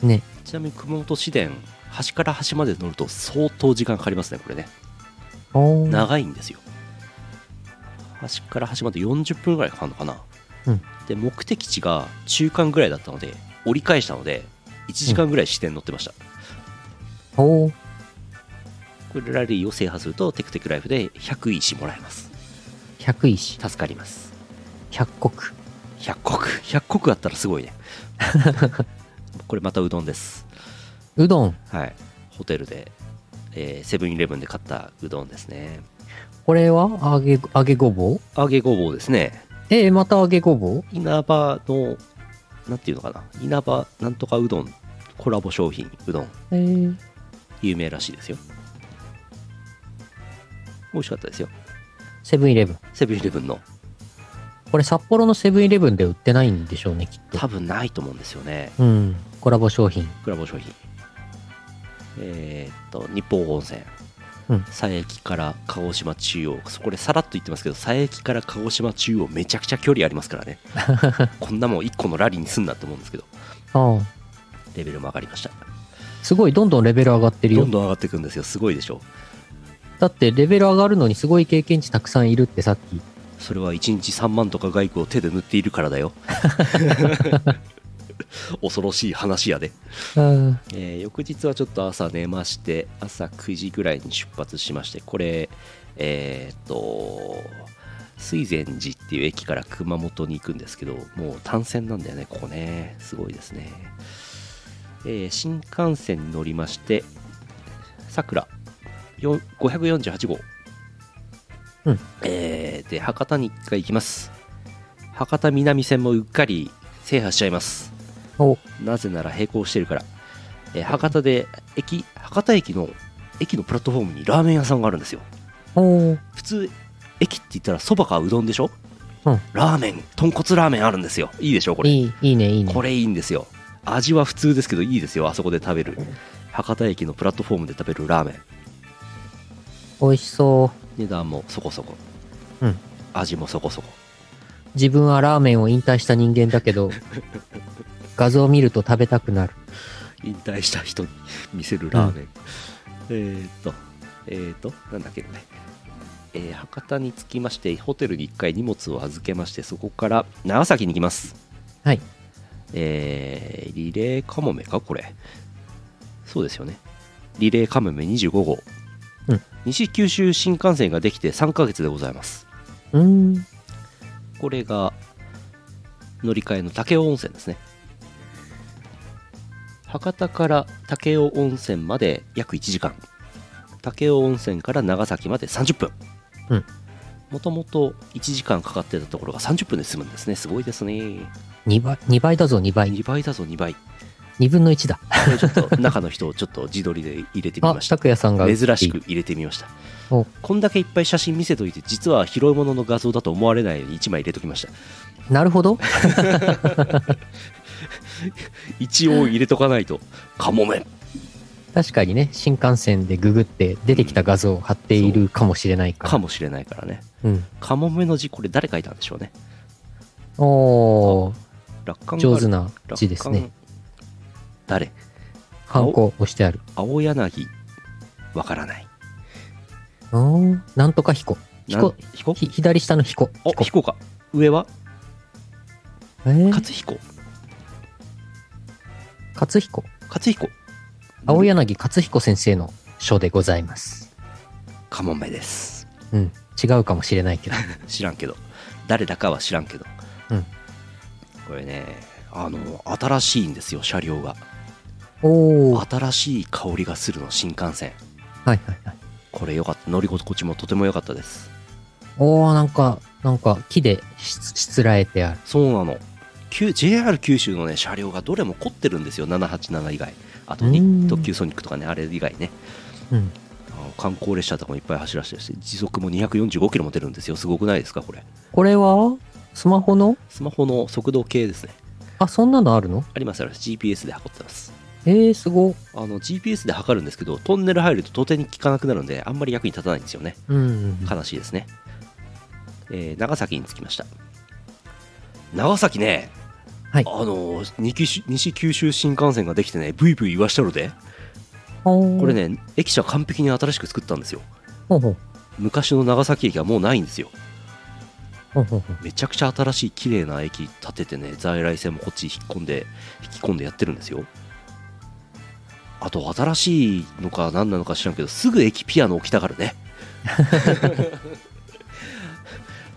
S2: ね。
S1: ちなみに熊本市電端から端まで乗ると相当時間かかりますねこれね
S2: おー
S1: 長いんですよ端から端まで40分ぐらいかかるのかな、
S2: うん
S1: で目的地が中間ぐらいだったので折り返したので1時間ぐらい市電乗ってました、
S2: おー
S1: これラリーを制覇するとテクテクライフで100石もらえます
S2: 百石、
S1: 助かります
S2: 百国。
S1: 100石100石あったらすごいね これまたうどんです
S2: うどん。
S1: はいホテルでえーセブンイレブンで買ったうどんですね
S2: これは揚げ、揚げごぼう
S1: 揚げごぼうですね
S2: えー、また揚げごぼう
S1: 稲葉のなんていうのかな稲葉なんとかうどんコラボ商品うどん
S2: えー、
S1: 有名らしいですよ美味しかったですよ
S2: セブンイレブン。
S1: セブンイレブンの
S2: これ札幌のセブンイレブンで売ってないんでしょうね、きっと。
S1: 多分ないと思うんですよね
S2: うん。コラボ商品。
S1: コラボ商品えーっと日光温泉
S2: うん
S1: 佐伯から鹿児島中央そこでさらっと言ってますけど佐伯から鹿児島中央めちゃくちゃ距離あります からねこんなもん1個のラリーにすんなって思うんですけど
S2: ああ。
S1: レベルも上がりました
S2: すごい、どんどんレベル上がってる
S1: ど
S2: よ
S1: ん。どん上がっていくんですよすごいでしょ
S2: だって、レベル上がるのにすごい経験値たくさんいるってさっき。
S1: それは1日3万とか外貨を手で塗っているからだよ恐ろしい話やで、
S2: うん。
S1: えー翌日はちょっと朝寝まして朝9時ぐらいに出発しましてこれえーっと水前寺っていう駅から熊本に行くんですけどもう単線なんだよねここねすごいですね、えー新幹線に乗りましてさくらよ548号
S2: うん
S1: えーで博多に1回行きます博多南線もうっかり制覇しちゃいます
S2: お、
S1: なぜなら並行してるから、えー博多で駅博多駅の駅のプラットフォームにラーメン屋さんがあるんですよ
S2: おー
S1: 普通駅って言ったらそばかうどんでしょ、
S2: うん
S1: ラーメン豚骨ラーメンあるんですよいいでしょこれ
S2: いい、いいね、いいね。
S1: これいいんですよ味は普通ですけどいいですよあそこで食べる博多駅のプラットフォームで食べるラーメン
S2: 美味しそう。
S1: 値段もそこそこ、
S2: うん
S1: 味もそこそこ
S2: 自分はラーメンを引退した人間だ けど、画像を見ると食べたくなる。
S1: 引退した人に見せるラーメン、えーっとえーっとなんだっけね、えー博多に着きましてホテルに1回荷物を預けましてそこから長崎に行きます
S2: はい
S1: えーリレーカモメかこれそうですよねリレーカモメ25号、
S2: うん
S1: 西九州新幹線ができて3ヶ月でございます
S2: うーん。
S1: これが乗り換えの武雄温泉ですね博多から武雄温泉まで約1時間武雄温泉から長崎まで30分
S2: うん
S1: もともと1時間かかってたところが30分で済むんですねすごいですね
S2: 2倍、2倍だぞ、2倍。
S1: 2倍だぞ2倍こ
S2: 2分の1だ。
S1: れちょっと中の人をちょっと自撮りで入れてみ
S2: あ
S1: ま、した
S2: 拓也さんが。
S1: 珍しく。入れてみました
S2: お
S1: こんだけいっぱい写真見せといて実は拾い物の画像だと思われないように1枚入れときました
S2: なるほど。
S1: 一応入れとかないとカモメ
S2: 確かにね、新幹線でググって出てきた画像を貼っているかもしれないから。
S1: かもしれないからね
S2: うん。
S1: カモメの字これ誰書いたんでしょうね
S2: おー、
S1: 楽観が
S2: 上手な
S1: 楽観
S2: 字ですね。
S1: 誰
S2: ハンコ押してある。
S1: 青柳わからない
S2: うん。なんとか彦。彦、
S1: なん彦
S2: ひ左下の彦。
S1: お
S2: 彦。
S1: 彦か上は
S2: えー
S1: 勝彦
S2: 勝彦。
S1: 勝彦
S2: 青柳勝彦先生の書でございます。
S1: カモメです
S2: うん。違うかもしれないけど。
S1: 知らんけど誰だかは知らんけど、
S2: うん
S1: これねあの新しいんですよ車両が
S2: おー。はい
S1: 新しい香りがするの新幹線
S2: はいはい。
S1: これよかった乗り心地もとても良かったです
S2: おー、なんか、なんか木でししつらえてある。
S1: そうなのきゅ JR 九州のね車両がどれも凝ってるんですよ787以外あと
S2: う
S1: に
S2: ん
S1: 特急ソニックとかねあれ以外ね
S2: うん。
S1: あの観光列車とかもいっぱい走らせてるし時速も245キロも出るんですよすごくないですかこれ
S2: これはスマホの
S1: スマホの速度計ですね
S2: あ、そんなのあるの
S1: ありますあります GPS で測ってます
S2: えー、すご。
S1: あの GPS で測るんですけどトンネル入ると到底に効かなくなるんであんまり役に立たないんですよね
S2: うんうんうん。
S1: 悲しいですね、えー長崎に着きました長崎ね、
S2: はい
S1: あのー西九州西九州新幹線ができてねブイブイ言わしたので
S2: こ
S1: これ。ね駅舎完璧に新しく作ったんですよ
S2: ほうほう。
S1: 昔の長崎駅はもうないんですよ
S2: ほうほうほう
S1: めちゃくちゃ新しい綺麗な駅建ててね在来線もこっち引っ込んで引き込んでやってるんですよあと新しいのか何なのか知らんけどすぐ駅ピアノ置きたがるね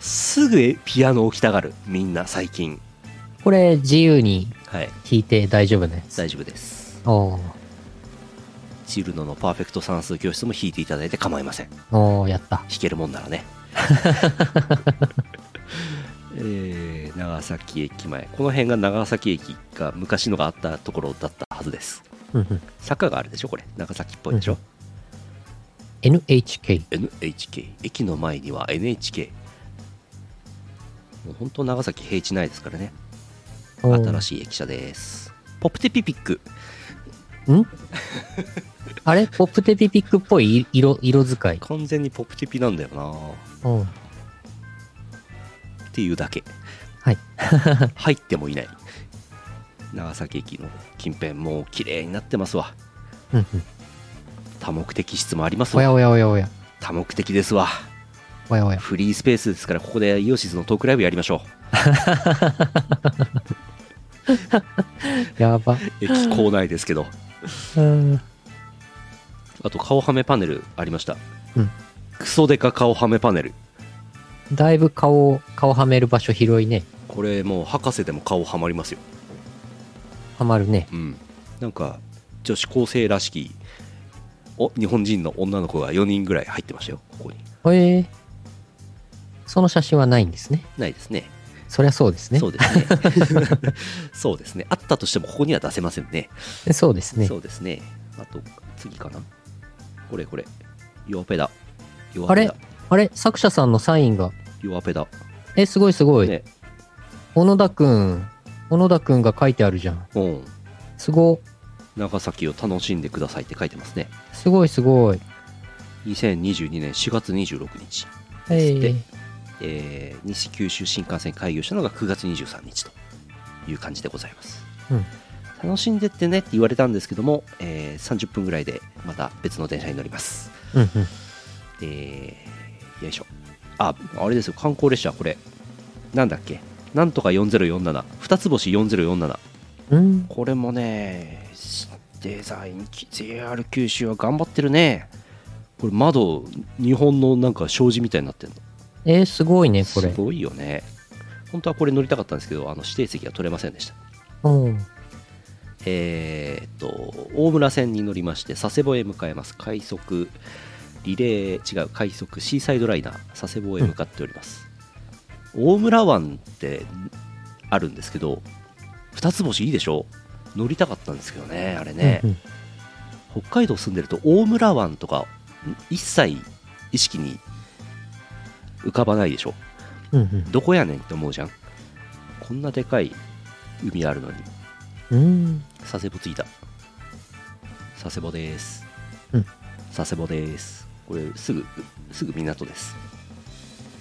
S1: すぐピアノ置きたがるみんな最近
S2: これ、自由に
S1: はい
S2: 弾いて大丈夫ね。
S1: 大丈夫です
S2: おー
S1: チルノのパーフェクト算数教室も弾いていただいて構いません
S2: おー、やった。
S1: 弾けるもんな らねえー長崎駅前この辺が長崎駅が昔のがあったところだったはずです
S2: うんうん。
S1: 坂があるでしょこれ長崎っぽいでしょ、
S2: うん NHK。
S1: NHK 駅の前には NHK もう本当長崎平地ないですからね新
S2: い。
S1: しい駅舎ですポプテピピック
S2: あれポップテピピックっぽい色、色使い。
S1: 完全にポプテピなんだよな
S2: うん。
S1: っていうだけ
S2: はい
S1: 入ってもいない長崎駅の近辺もう綺麗になってますわ
S2: うんうん。
S1: 多目的室もあります
S2: おや
S1: わ
S2: おやおやおや。
S1: 多目的ですわ
S2: おやおや。
S1: フリースペースですからここでイオシスのトークライブやりましょ
S2: やば。
S1: う駅構内ですけど
S2: うん。
S1: あと顔はめパネルありました、
S2: うん
S1: クソデカ顔はめパネル
S2: だいぶ顔を、顔はめる場所広いね。
S1: これもう博士でも顔はまりますよ
S2: はまるね。
S1: うんなんか女子高生らしきお日本人の女の子が4人ぐらい入ってましたよここに
S2: ええその写真はないんですね。
S1: ないですね
S2: そりゃそうですね。
S1: そうです ねそうですねあったとしてもここには出せませんね
S2: そうですね
S1: そ。うですねあと次かなこれこれ弱ペダ弱
S2: あ
S1: ペ
S2: れ
S1: ダ
S2: あれ作者さんのサインが。
S1: 弱ペダ
S2: え、すごいすごい。
S1: ね
S2: 小野田くん。小野田くんが書いてあるじゃん。
S1: うん
S2: すご、
S1: 長崎を楽しんでくださいって書いてますね
S2: すごいすごい。
S1: 2022年4月26日、
S2: ええ
S1: えー西九州新幹線開業したのが9月23日という感じでございます、
S2: うん
S1: 楽しんでってねって言われたんですけども、えー30分ぐらいでまた別の電車に乗ります
S2: うんうん。
S1: えーよいしょああれですよ観光列車これなんだっけなんとか4047二つ星4047
S2: うん、
S1: これもねデザイン JR 九州は頑張ってるねこれ窓日本のなんか障子みたいになってるの
S2: えー、すごいね、こ
S1: す
S2: れ。
S1: ごいよね本当はこれ乗りたかったんですけどあの指定席が取れませんでした
S2: うん。
S1: えーっと大村線に乗りまして佐世保へ向かいます快速リレー違う快速シーサイドライナー佐世保へ向かっております、大村湾ってあるんですけど二つ星いいでしょ乗りたかったんですけどねあれね、
S2: うんうん
S1: 北海道住んでると大村湾とかん一切意識に浮かばないでしょ
S2: うん
S1: どこやねんって思うじゃんこんなでかい海あるのに
S2: うん。うん。
S1: 佐世保着いた佐世保です、
S2: うん
S1: 佐世保ですこれすぐすぐ港です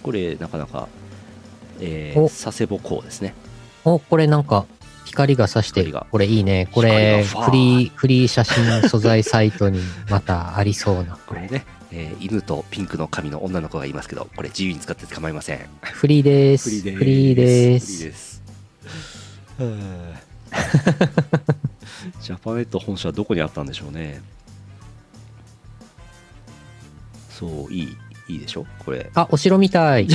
S1: これなかなか、えー
S2: お
S1: 佐世保港ですね
S2: お、これなんか、光が差して
S1: 光
S2: る
S1: が。
S2: これいいね。こ
S1: 光
S2: れ、
S1: がファー
S2: フリー、フリー写真素材サイ トにまたありそうな。
S1: これね、えー犬とピンクの髪の女の子がいますけどこれ自由に使って構いません
S2: フリーです。フリーです。
S1: すフリーですジャパネット本社はどこにあったんでしょうねそういいいいでしょこれ
S2: あ、お城み たい。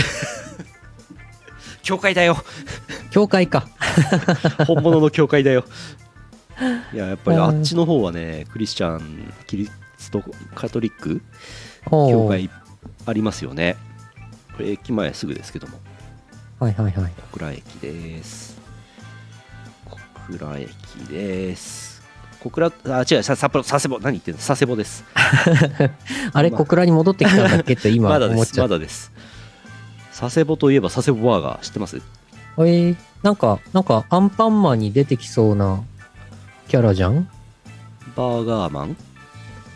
S1: 教会だよ
S2: 教会か。
S1: 本物の教会だよいややっぱり
S2: うん
S1: あっちの方はねクリスチャンキリストカトリック教
S2: おー
S1: 会ありますよねこれ駅前すぐですけども
S2: はいはいはい。
S1: 小倉駅です小倉駅です小倉あ違うさ札幌佐世保何言ってんの佐世保です
S2: あれ、
S1: まあ
S2: 小倉に戻ってきたんだっけと 今
S1: まだで
S2: 思っ
S1: す
S2: ちゃ
S1: ま
S2: った。
S1: だです佐世保といえば佐世保バーガー知ってます
S2: えー、なんか、なんか、アンパンマンに出てきそうなキャラじゃん
S1: バーガーマン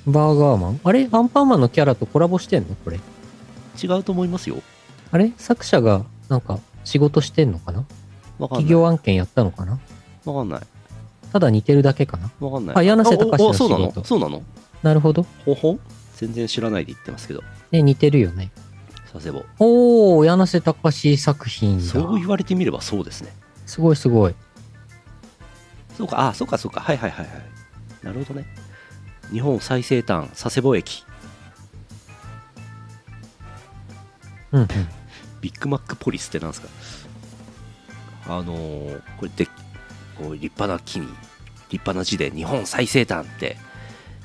S2: バーガーマンあれアンパンマンのキャラとコラボしてんのこれ。
S1: 違うと思いますよ
S2: あれ作者が、なんか、仕事してんのかな
S1: わかん
S2: 企
S1: ない
S2: 業案件やったのかな
S1: わかんない
S2: ただ似てるだけかな
S1: わかんない
S2: あ柳瀬隆
S1: あお
S2: の
S1: おそうな
S2: 仕
S1: の
S2: 事
S1: そうなの
S2: なるほど。
S1: ほほん全然知らないで言ってますけど
S2: ね、似てるよね。
S1: 佐世保
S2: おー、柳瀬隆作品だ。
S1: そう言われてみればそうですね
S2: すごいすごい。
S1: そうかあそうかそうかはいはいはいはいなるほどね日本最西端佐世保駅
S2: うんうん。
S1: ビッグマックポリスってなんですかあのーこれでこう立派な木に立派な字で日本最西端って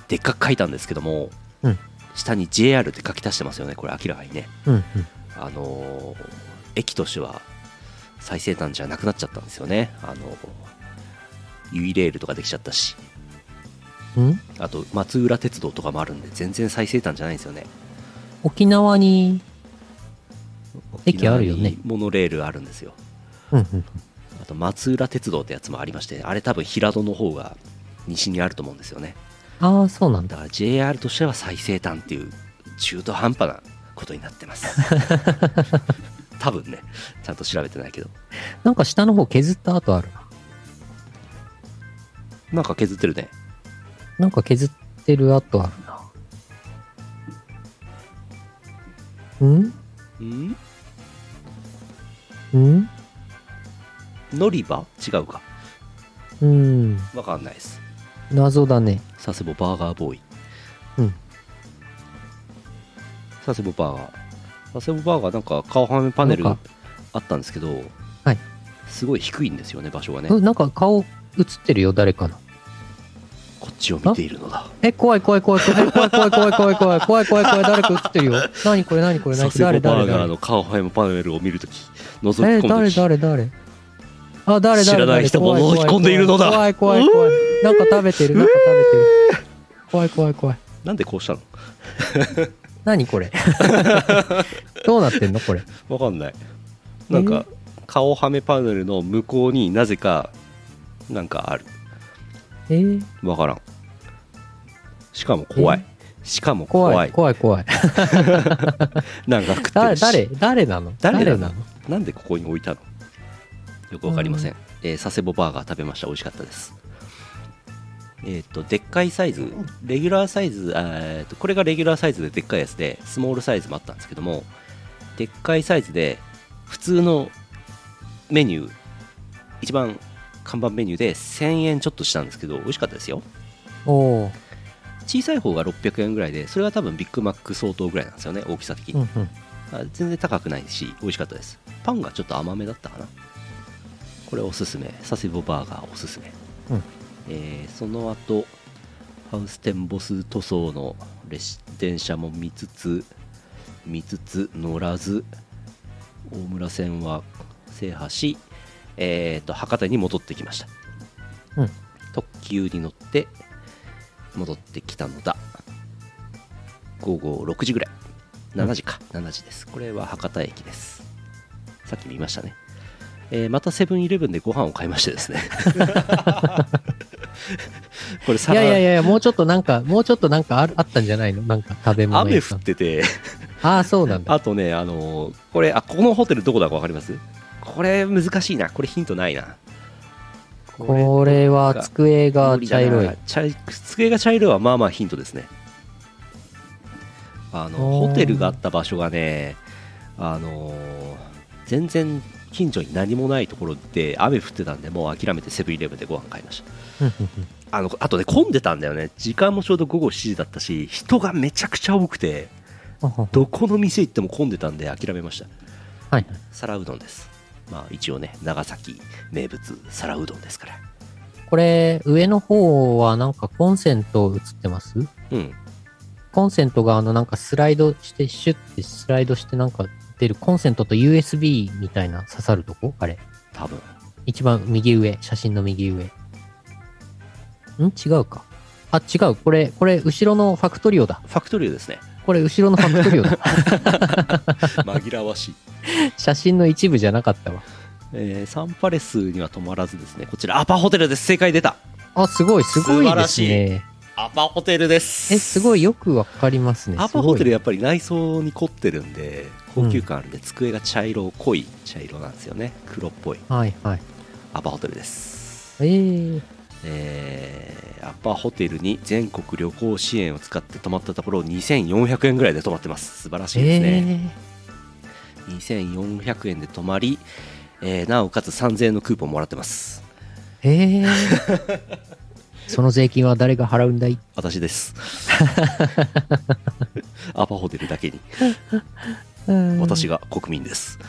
S1: でっかく書いたんですけども、
S2: うん
S1: 下に JR って書き足してますよねこれ明らかにね
S2: うんうん。
S1: あのー駅としては最西端じゃなくなっちゃったんですよねあのーユイレールとかできちゃったし
S2: うん
S1: あと松浦鉄道とかもあるんで全然最西端じゃないんですよね
S2: 沖縄に、駅あるよね
S1: 沖縄にモノレールあるんですよ
S2: うんうん。
S1: あと松浦鉄道ってやつもありましてあれ多分平戸の方が西にあると思うんですよね
S2: ああ、そうなんだ。
S1: だから JR としては最西端っていう中途半端なことになってます 多分ねちゃんと調べてないけど
S2: なんか下の方削った跡あるな。
S1: なんか削ってるね
S2: なんか削ってる跡あるな。
S1: ん
S2: んん
S1: 乗り場違うか
S2: うん。
S1: わかんないです
S2: 謎だね。
S1: 佐世保バーガーボーイ
S2: うん
S1: 佐世保バーガー佐世保バーガーなんか顔はめパネル
S2: なん
S1: あ
S2: か
S1: ったんですけど、
S2: はい
S1: すごい低いんですよね場所がね
S2: うなんか顔映ってるよ、誰かの。
S1: こっちを見ているのだ
S2: え、怖い怖い怖い怖い怖い怖い怖い怖い怖い怖い怖い怖い誰か映ってるよ。何これ何これ何
S1: 佐世保
S2: 誰
S1: バ
S2: 誰
S1: ーガー
S2: 誰
S1: の顔はめパネルを見るとき覗き
S2: え、
S1: 込む
S2: 誰
S1: とき
S2: 誰誰あ、誰誰
S1: 知らない人も
S2: 誰
S1: 覗き込んでいるのだ
S2: 怖い怖い怖い。なんか食べてる、なんか食べてる。怖い怖い怖い。
S1: なんでこうしたの
S2: 何これ どうなってんのこれ。
S1: わかんないなんか顔はめパネルの向こうになぜかなんかある
S2: えー
S1: わからんしかも怖いしかも怖い
S2: 怖い怖い怖い。
S1: なんか食って
S2: 誰
S1: るし
S2: 誰誰なの
S1: 誰なの
S2: 誰なの
S1: なんでここに置いたのよくわかりません、えー佐世保バーガー食べました美味しかったですえっ、とでっかいサイズレギュラーサイズあーえーとこれがレギュラーサイズででっかいやつでスモールサイズもあったんですけどもでっかいサイズで普通のメニュー一番看板メニューで1000円ちょっとしたんですけど美味しかったですよ
S2: おー
S1: 小さい方が600円ぐらいでそれが多分ビッグマック相当ぐらいなんですよね大きさ的に、
S2: うんうん。
S1: あ全然高くないし美味しかったですパンがちょっと甘めだったかなこれおすすめサセボバーガーおすすめ、
S2: うん
S1: えーその後ハウステンボス塗装の列電車も見つつ見つつ乗らず大村線は制覇し、えー、と博多に戻ってきました、
S2: うん
S1: 特急に乗って戻ってきたのだ午後6時ぐらい7時か、7時ですこれは博多駅ですさっき見ましたね、えーまたセブンイレブンでご飯を買いまして ですねこれさ
S2: いやいやいや、もうちょっとなんか、もうちょっとなんかあるあったんじゃないのなんか食べ物
S1: 雨
S2: 屋
S1: 降
S2: さ
S1: っ
S2: ん。
S1: てて
S2: ああ、そうなん だ。
S1: あとね、あのーこれ、あ、このホテルどこだかわかりますこれ難しいな。これヒントないな。
S2: これは机が茶色い。。
S1: 茶机が茶色いはまあまあヒントですね。あの、
S2: おー
S1: ホテルがあった場所がね、あのー全然近所に何もないところで雨降ってたんで、もう諦めてセブンイレブンでご飯買いました。
S2: うんうんうん
S1: あの、あとね、混んでたんだよね。時間もちょうど午後7時だったし、人がめちゃくちゃ多くて、
S2: ほほ
S1: どこの店行っても混んでたんで諦めました。
S2: はい。
S1: 皿うどんですまあ一応ね長崎名物皿うどんですから
S2: これ、上の方はなんかコンセント映ってます
S1: うん
S2: コンセントがあのなんかスライドして、シュッてスライドしてなんか出るコンセントと USB みたいな刺さるとこあれ。
S1: 多分
S2: 一番右上、写真の右上。ん違うか。あ、違う。これ、これ、後ろのファクトリオだ。
S1: ファクトリーです ね
S2: これ、後ろのファクトリ オだ。
S1: 紛らわしい、
S2: 写真の一部じゃなかったわ。
S1: えーサンパレスには泊まらずですねこちらアパホテルです正解出た
S2: あ、すごい、すごいですね。
S1: アパホテルです
S2: え、すごい、よくわかりますね。
S1: ア
S2: す
S1: パ
S2: ごい
S1: ホテルやっぱり内装に凝ってるんで高級感あるんで、机が茶色濃い茶色なんですよね黒っぽい
S2: はいはい。
S1: アパホテルです
S2: えー、
S1: えーアパホテルに全国旅行支援を使って泊まったところ2400円ぐらいで泊まってます素晴らしいですね、
S2: え
S1: 2400円で泊まり、えーなおかつ3000円のクーポンもらってます
S2: ー、えー。 その税金は誰が払うんだい
S1: 私です アパホテルだけに私
S2: が。
S1: が国民です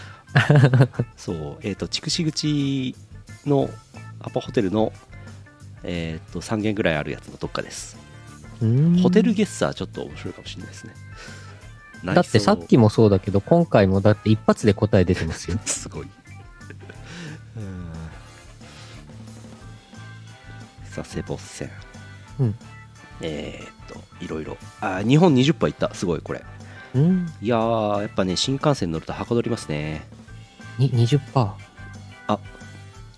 S1: そうえっ、と筑紫口のアパホテルのえっ、と3軒ぐらいあるやつのどっかです
S2: うん
S1: ホテルゲッサーちょっと面白いかもしれないですね。
S2: だってさっきもそうだけど、今回もだって一発で答え出てますよ
S1: すごい。佐世保線。
S2: うん
S1: えーっといろいろあ日本20杯行ったすごいこれ
S2: うん。
S1: いやーやっぱね新幹線乗るとはかどりますね
S2: に、20%。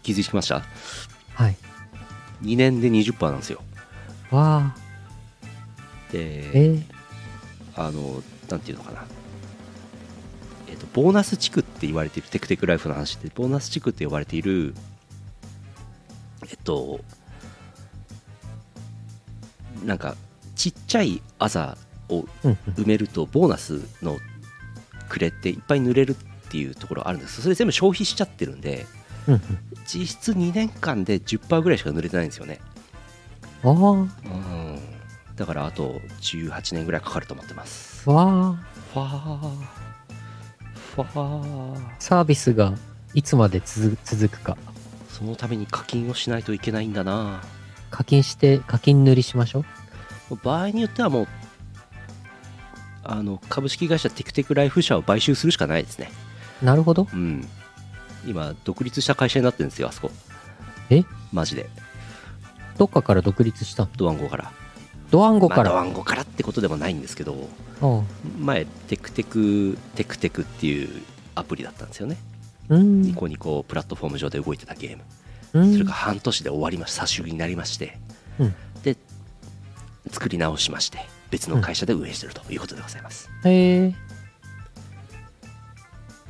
S1: 気づきました
S2: はい。
S1: 2年で20%なんですよ
S2: わあ。
S1: で
S2: えー、
S1: あのなんていうのかなえーっとボーナス地区って言われているテクテクライフの話でボーナス地区って呼ばれているえっとなんかちっちゃいあざを
S2: うん
S1: 埋めるとボーナスの暮れっていっぱい塗れるっていうところあるんですけどそれ全部消費しちゃってるんで
S2: うん。
S1: 実質2年間で10%ぐらいしか塗れてないんですよね
S2: うん。あ
S1: うんだからあと18年ぐらいかかると思ってます
S2: あ。わあ。
S1: ファーファー
S2: サービスがいつまで続続くか。
S1: そのために課金をしないといけないんだな
S2: 課金して、課金塗りしましょう。
S1: 場合によってはもうあの株式会社テクテクライフ社を買収するしかないですね
S2: なるほど。
S1: うん今独立した会社になってるんですよあそこ
S2: え
S1: マジで
S2: どっかから独立したの
S1: ドワンゴから
S2: ドワンゴか
S1: まあド
S2: ら。
S1: ワンゴからってことでもないんですけど
S2: うん
S1: 前テクテクテクテクっていうアプリだったんですよね、
S2: うん。
S1: ニコニコプラットフォーム上で動いてたゲーム、
S2: うん
S1: それが半年で終わりました差し売りになりまして、
S2: うん
S1: で作り直しまして別の会社で運営してるということでございます、
S2: へえ。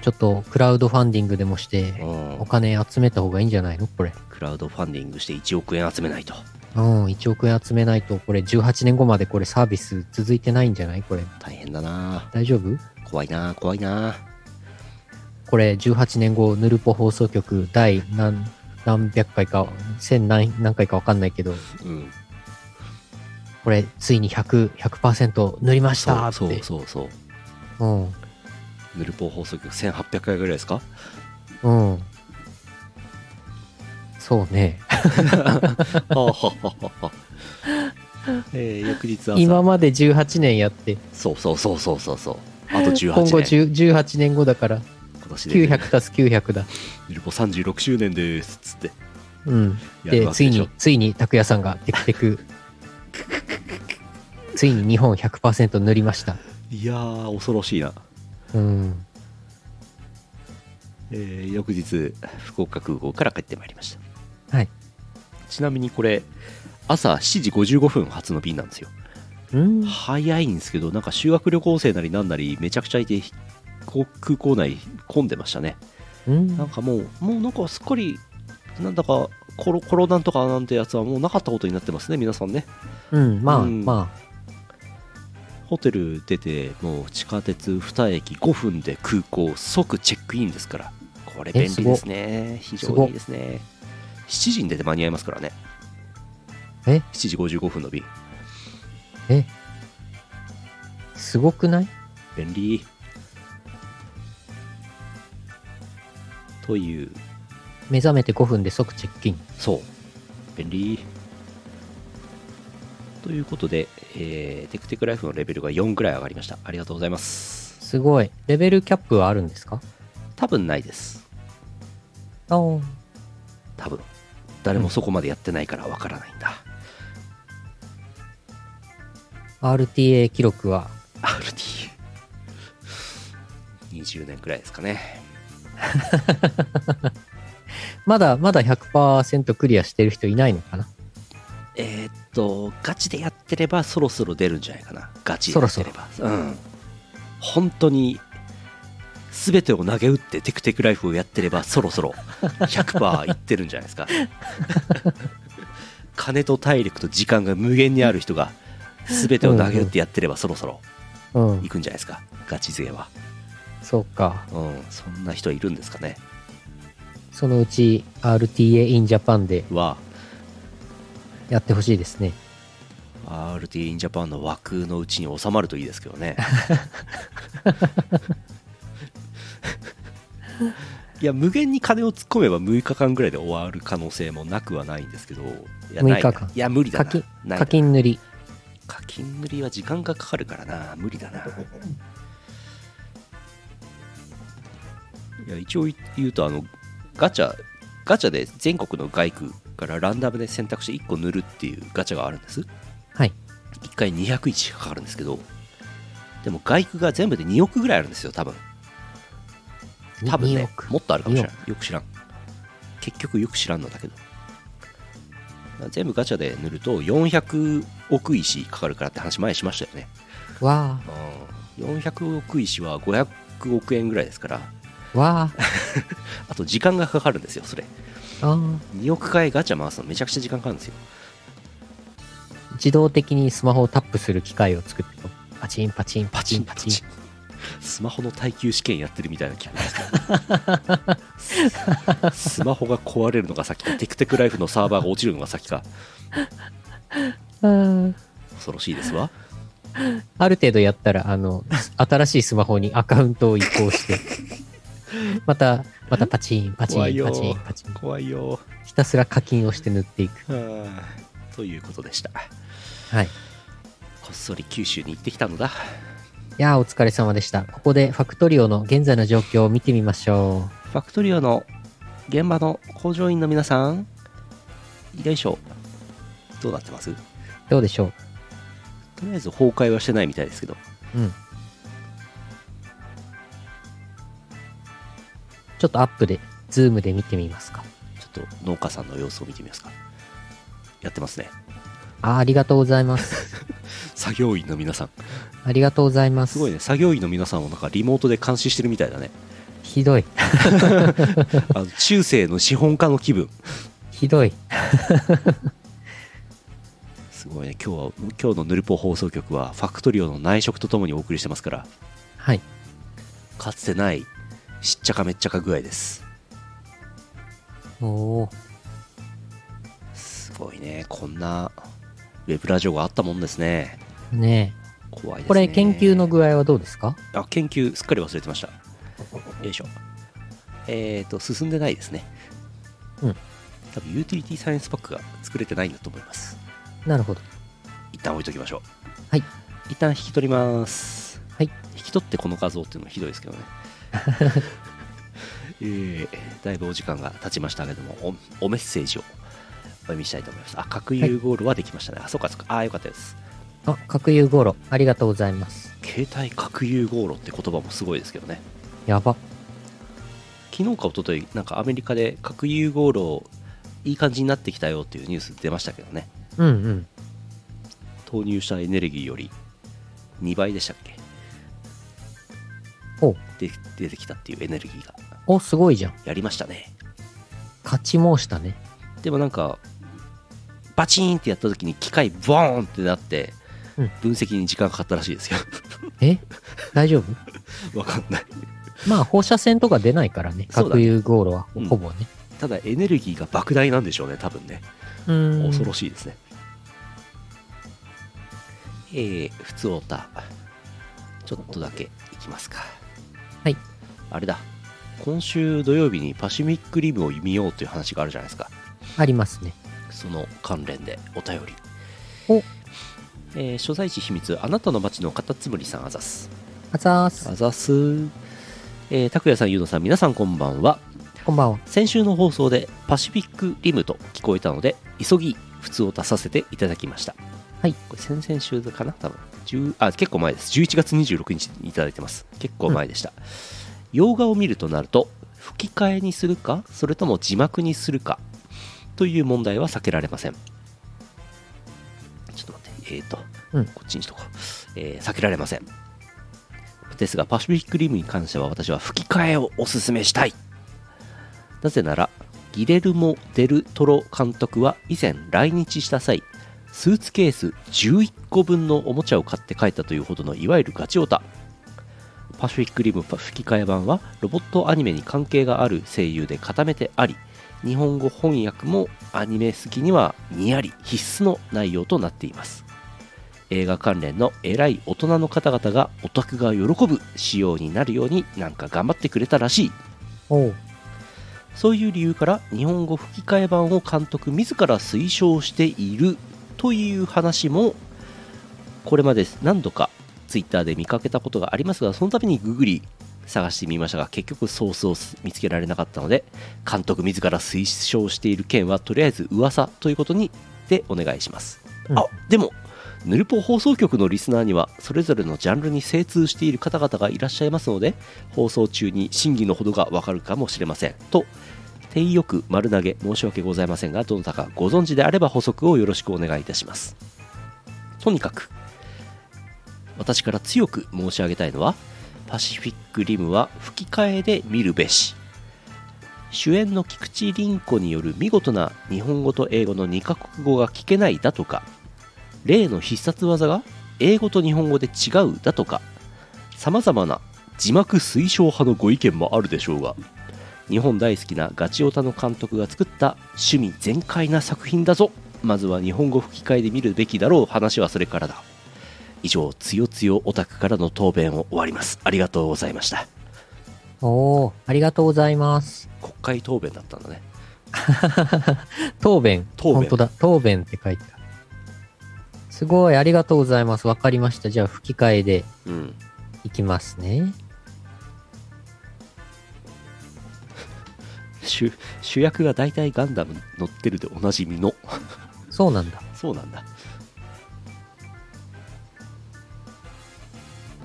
S2: ちょっとクラウドファンディングでもして、
S1: うん
S2: お金集めた方がいいんじゃないのこれ。
S1: クラウドファンディングして1億円集めないと
S2: うん、1億円集めないと、これ18年後までこれサービス続いてないんじゃないこれ。
S1: 大変だな
S2: 大丈夫
S1: 怖いな怖いな
S2: これ18年後、ヌルポ放送局第何、何百回か、千何何回かわかんないけど、
S1: うん
S2: これついに100、100%塗りまし
S1: そ
S2: た
S1: う
S2: って。
S1: そうそうそう
S2: うん。
S1: ヌルポ放送局1800回ぐらい ですか
S2: うん。そうね。
S1: えー翌日朝
S2: 今まで18年やって、
S1: そうそうそうそうそうそうあと18年
S2: 今後10 18年後だから、
S1: 今年で
S2: 900足す900だ。
S1: ヌルポ36周年ですっつって
S2: うん。
S1: やる
S2: で、
S1: わ
S2: つ
S1: け
S2: い
S1: でしょ
S2: に、ついに拓也さんがテクテク、 ついに日本100%塗りました。
S1: いやー恐ろしいな、
S2: うん。
S1: えー翌日福岡空港から帰ってまいりました
S2: はい
S1: ちなみにこれ朝7時55分発の便なんですよ
S2: うん。
S1: 早いんですけどなんか修学旅行生なりなんなりめちゃくちゃいてこう空港内混んでましたね
S2: うん
S1: なんかもう、もうなんかすっかり、なんだかコロコロなんとかなんてやつはもうなかったことになってますね、皆さんね。
S2: うん。まあ、
S1: うん
S2: ま
S1: ホテル出て、もう地下鉄2駅5分で空港、即チェックインですから、これ
S2: え
S1: 便利ですね、非常にいいですね。7時に出て間に合いますからね。
S2: え
S1: ?7 時55分の便、
S2: あ、すごくない
S1: 便利。という、
S2: 目覚めて5分で即チェックイン。
S1: そう便利ということで、えーテクテクライフのレベルが4ぐらい上がりましたありがとうございます
S2: すごい。レベルキャップはあるんですか
S1: 多分ないです
S2: ああ。
S1: 多分誰もそこまでやってないからわからないんだ、
S2: RTA 記録は、
S1: RT20 年くらいですかね
S2: まだまだ100%クリアしてる人いないのかな
S1: えーっとガチでやってればそろそろ出るんじゃないかなガチでやってればうん本当に全てを投げ打ってテクテクライフをやってればそろそろ100%いってるんじゃないです か金と体力と時間が無限にある人が全てを投げ打ってやってればそろそろ
S2: う
S1: い
S2: ん。
S1: くんじゃないですかガチ勢は、
S2: そうか。
S1: うん、そんな人いるんですかね
S2: そのうち RTA in Japan で
S1: は
S2: やってほしいですね。
S1: RT in Japan の枠のうちに収まるといいですけど ね。いや無限に金を突っ込めば6日間ぐらいで終わる可能性もなくはないんですけど、いや
S2: 6
S1: ないな
S2: 日間
S1: いや無理だ
S2: 課
S1: なな
S2: 金
S1: い
S2: 課金塗り。
S1: 課金塗りは時間がかかるからな、無理だな。いや一応言うとあの、ガチャ、ガチャで全国の外区からランダムで選択して1個塗るっていうガチャがあるんです。
S2: はい。
S1: 1回200日かかるんですけどでも外区が全部で2億ぐらいあるんですよ多分多分
S2: 2
S1: ね
S2: 億
S1: もっとあるかもしれないよく知らん結局よく知らんのだけど全部ガチャで塗ると400億石かかるからって話前にしましたよね
S2: わ
S1: うん400億石は500億円ぐらいですから
S2: あ、わあ、
S1: あと時間がかかるんですよそれ
S2: あ
S1: 2億回ガチャ回すのめちゃくちゃ時間かかるんですよ
S2: ー自動的にスマホをタップする機械を作って、パチンパチンパ
S1: パ
S2: チ
S1: チ
S2: ン
S1: ン
S2: パ
S1: パ
S2: チン。
S1: チンスマホの耐久試験やってるみたいな気分ですね スマホが壊れるのが先かテクテクライフのサーバーが落ちるのが先か
S2: うん
S1: 恐ろしいですわ
S2: ある程度やったら、あの、新しいスマホにアカウントを移行して、 また、またパチンパチン
S1: 怖いよ
S2: パチンパチン。
S1: 怖いよ
S2: ひたすら課金をして塗っていく。
S1: ということでした
S2: はい。い
S1: こっそり九州に行ってきたのだ
S2: やー、お疲れ様でした。ここでファクトリオの現在の状況を見てみましょう。
S1: ファクトリオの現場の工場員の皆さんよいしょどうなってます
S2: どうでしょ
S1: とりあえず崩壊はしてないみたいですけど
S2: ううん。ちょっとアップで、ズームで見てみますか。
S1: ちょっと農家さんの様子を見てみますかやってますね
S2: あーありがとうござ います。
S1: 作業員の皆さん
S2: ありがとうございます。
S1: すごいね作業員の皆さんをなんかリモートで監視してるみたいだ ね
S2: ひどい。
S1: あの中世の資本家の気分
S2: ひどい。
S1: すごいね今日は今日のヌルポ放送局はファクトリオの内職とともにお送りしてますから
S2: はい。
S1: かつてないしっちゃかめっちゃか具合です
S2: おー。
S1: すごいねこんなウェブラジオがあったもんですね
S2: ね
S1: 怖いですね
S2: え。これ、研究の具合はどうですか
S1: あ研究すっかり忘れてましたよいしょえっ、ー、と進んでないですね
S2: うん
S1: 多分ユーティリティサイエンスパックが作れてないんだと思います
S2: なるほど。
S1: 一旦置いときましょう
S2: はい
S1: 一旦引き取ります
S2: はい
S1: 引き取ってこの画像っていうのはひどいですけ どねえーだいぶお時間が経ちましたけどもおおメッセージをお読みしたいと思いますあ核融合炉はできましたね、あそうかそうかあーよかったです
S2: あ、核融合炉、ありがとうございます。
S1: 携帯核融合炉って言葉もすごいですけどね
S2: やば。
S1: 昨日か一昨日なんかアメリカで核融合炉いい感じになってきたよっていうニュース出ましたけどね
S2: うんうん。
S1: 投入したエネルギーより2倍でしたっけ
S2: お
S1: で出てきたっていうエネルギーが
S2: お、すごいじゃん。
S1: やりましたね
S2: 勝ち申したね。
S1: でもなんかバチーンってやった時に機械ボーンってなって
S2: うん
S1: 分析に時間かかったらしいですよ
S2: え 大丈夫
S1: わかんない
S2: まあ、放射線とか出ないからね。
S1: そうだ
S2: 核
S1: ね
S2: 融合炉は
S1: うん、
S2: ほぼね。
S1: ただエネルギーが莫大なんでしょうね多分ね
S2: うーん。
S1: 恐ろしいですね、えー、普通オタちょっとだけいきますか
S2: はい
S1: あれだ今週土曜日にパシフィックリムを見ようという話があるじゃないですか
S2: ありますね。
S1: その関連でお便り
S2: お
S1: えー所在地秘密あなたの町のカタツムリさんあざす
S2: あざーす
S1: あ。ざすえー拓也さんゆうのさん皆さんこんばんは
S2: こんばんは。
S1: 先週の放送でパシフィックリムと聞こえたので急ぎ普通を出させていただきました
S2: はい
S1: これ先々週かな多分10あ結構前です11月26日にいただいてます結構前でした、洋画を見るとなると吹き替えにするかそれとも字幕にするかという問題は避けられませんちょっと待ってえっ、ー、と、
S2: うん
S1: こっちにしとこう、えー避けられませんですがパシフィックリムに関しては私は吹き替えをおすすめしたいなぜならギレルモ・デル・トロ監督は以前来日した際スーツケース11個分のおもちゃを買って帰ったというほどのいわゆるガチオタパシフィックリム吹き替え版はロボットアニメに関係がある声優で固めてあり日本語翻訳もアニメ好きにはにあり必須の内容となっています映画関連の偉い大人の方々がオタクが喜ぶ仕様になるようになんか頑張ってくれたらしい
S2: おう。
S1: そういう理由から日本語吹き替え版を監督自ら推奨しているという話もこれまで何度かツイッターで見かけたことがありますがその度にググり探してみましたが結局ソースを見つけられなかったので監督自ら推奨している件はとりあえず噂ということにでお願いします、
S2: うん
S1: あでもヌルポ放送局のリスナーにはそれぞれのジャンルに精通している方々がいらっしゃいますので放送中に真偽のほどがわかるかもしれませんと定よく丸投げ申し訳ございませんがどなたかご存知であれば補足をよろしくお願いいたしますとにかく私から強く申し上げたいのはパシフィックリムは吹き替えで見るべし主演の菊池凛子による見事な日本語と英語の2カ国語が聞けないだとか例の必殺技が英語と日本語で違うだとかさまざまな字幕推奨派のご意見もあるでしょうが日本大好きなガチオタの監督が作った趣味全開な作品だぞまずは日本語吹き替えで見るべきだろう話はそれからだ以上つよつよオタクからの答弁を終わりますありがとうございました
S2: おー、ありがとうございます。
S1: 国会答弁だったんだね
S2: 答弁。
S1: 答弁
S2: 本当だ。答弁って書いてある。すごい、ありがとうございます。わかりました。じゃあ、吹き替えで
S1: うん
S2: いきますね。
S1: 主主役が大体ガンダムに乗ってるでおなじみの
S2: そうなんだ。
S1: そうなんだ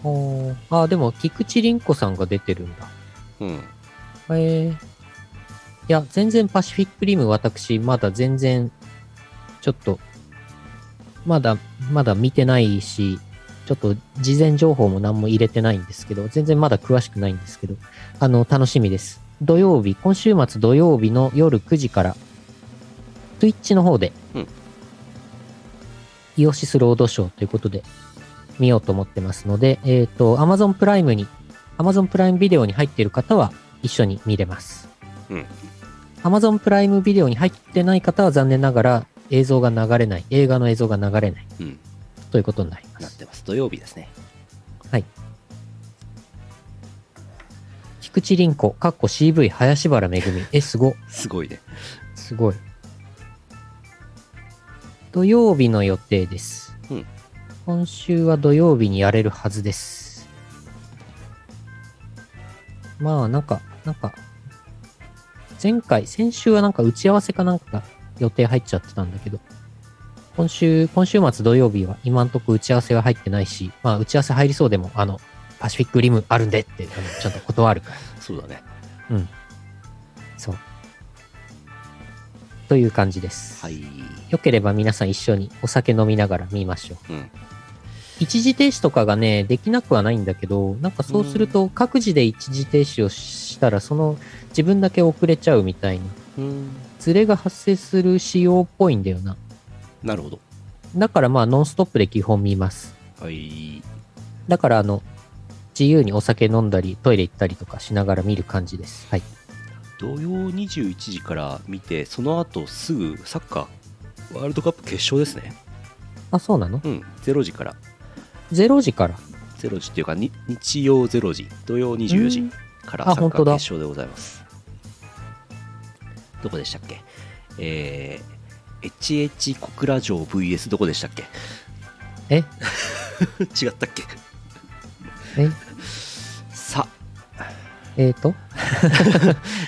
S2: おーあー、でも、菊池凛子さんが出てるんだ。
S1: うん
S2: えー、いや、全然パシフィックリム私、まだ全然、ちょっと、まだ、まだ見てないし、ちょっと事前情報も何も入れてないんですけど、全然まだ詳しくないんですけど、あの、楽しみです。土曜日、今週末土曜日の夜9時から、Twitch の方で、
S1: うん
S2: イオシスロードショーということで、見ようと思ってますので、えっ、と、Amazon プライムに、Amazon プライムビデオに入っている方は、一緒に見れます。
S1: うん。
S2: Amazon プライムビデオに入ってない方は残念ながら映像が流れない、映画の映像が流れない
S1: うん
S2: ということになりま
S1: なっ
S2: す。
S1: てます土曜日ですね
S2: 菊池凛子、かっこ CV 林原めぐみ。え、すご。
S1: すごいね
S2: すごい。土曜日の予定です。
S1: うん
S2: 今週は土曜日にやれるはずです。まあ、なんか、なんか、前回、先週はなんか打ち合わせかなんかが予定入っちゃってたんだけど、今週、今週末土曜日は今んとこ打ち合わせは入ってないし、まあ打ち合わせ入りそうでも、あの、パシフィックリムあるんでって、あのちゃんと断るから
S1: そうだね
S2: そう。という感じです。
S1: はい
S2: よければ皆さん一緒にお酒飲みながら見ましょう。
S1: うん
S2: 一時停止とかがね、できなくはないんだけど、なんかそうすると各自で一時停止をしたら、その自分だけ遅れちゃうみたいな、
S1: うん
S2: ズレが発生する仕様っぽいんだよな。
S1: なるほど
S2: だからまあノンストップで基本見ます。
S1: はい
S2: だからあの、自由にお酒飲んだり、トイレ行ったりとかしながら見る感じです。はい。
S1: 土曜21時から見てその後すぐサッカーワールドカップ決勝ですね
S2: あ、そうなの
S1: うん0時から
S2: ?0 時から。
S1: 0時っていうかに日曜0時土曜24時から
S2: あ
S1: サッ
S2: 本
S1: カー
S2: 当
S1: 決
S2: だ
S1: 勝でございますどこでしたっけえー HH 小倉城 VS どこでしたっけ 違っ
S2: え
S1: たっけ
S2: え
S1: さ
S2: えーと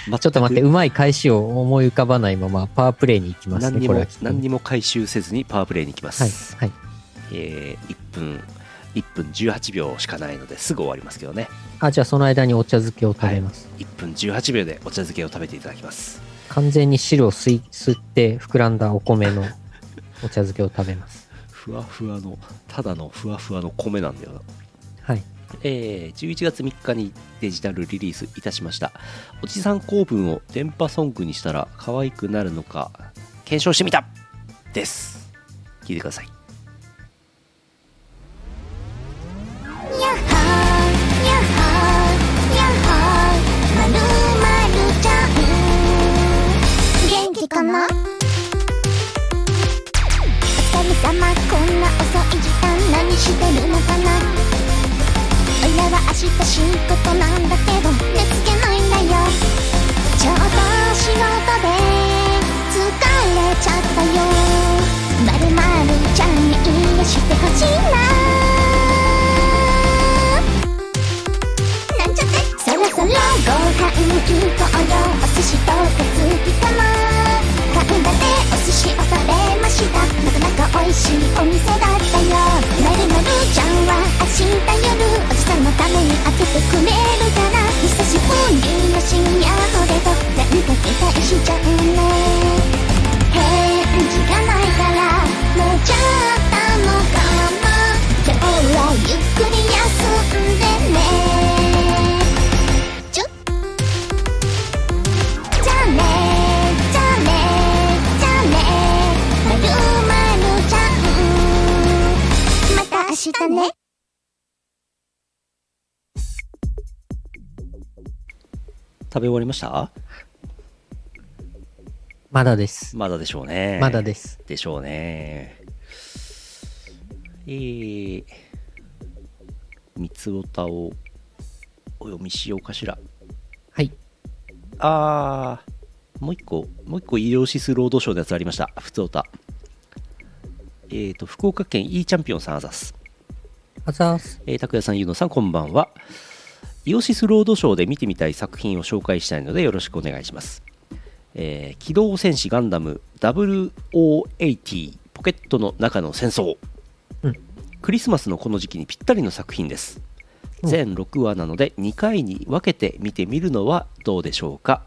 S1: ま
S2: ちょっと待って、うまい返しを思い浮かばないまま、パワープレイに行きます
S1: 何
S2: ね、
S1: に
S2: これ
S1: も
S2: はきっと。
S1: 何にも回収せずにパワープレイに行きま
S2: はい、
S1: す、
S2: はい。
S1: えー1分1分18秒しかないのですぐ終わりますけどね
S2: あ、じゃあその間にお茶漬けを食べます。
S1: 1分18秒でお茶漬けを食べていただきます
S2: 完全に汁を吸い吸って膨らんだお 米のお茶漬けを食べます。
S1: ふわふわのただのふわふわの米なんだよな
S2: はい。
S1: えー11月3日にデジタルリリースいたしましたおじさん公文を電波ソングにしたら可愛くなるのか検証してみたです聞いてください
S3: にゃはーにゃはーにゃはーまるまるちゃん元気かなお疲れ様こんな遅い時間何してるのかなおいらは明日仕事なんだけど寝つけないんだよちょうど仕事で疲れちゃったよまるまるちゃんに癒してほしいななんちゃってそろそろご飯行こうよお寿司とか好きかも神田でお寿司を食べましたなかなか美味しいお店だったよなるなるちゃんは明日夜おじさんのために開けてくれるから久しぶりの深夜ほれと何か期待しちゃうね返事がないからもうちょっとも我慢今日はゆっくり休んでねちょじゃあねじゃあねじゃあねまるまるちゃんまた明日ね
S1: 食べ終わりました
S2: まだです。
S1: まだでしょうね
S2: まだです。
S1: でしょうねえー、三つおたをお読みしようかしら
S2: はい。
S1: あーもう一個もう一個医療シスロードショーのやつありましたふつおたえー、と福岡県 E チャンピオンさんあざす
S2: あざーす。
S1: えー、拓也さん、ゆうのさん、こんばんは。イオシスロードショーで見てみたい作品を紹介したいのでよろしくお願いします。えー機動戦士ガンダム0080ポケットの中の戦争、
S2: うん
S1: クリスマスのこの時期にぴったりの作品です。
S2: うん
S1: 全6話なので2回に分けて見てみるのはどうでしょうか。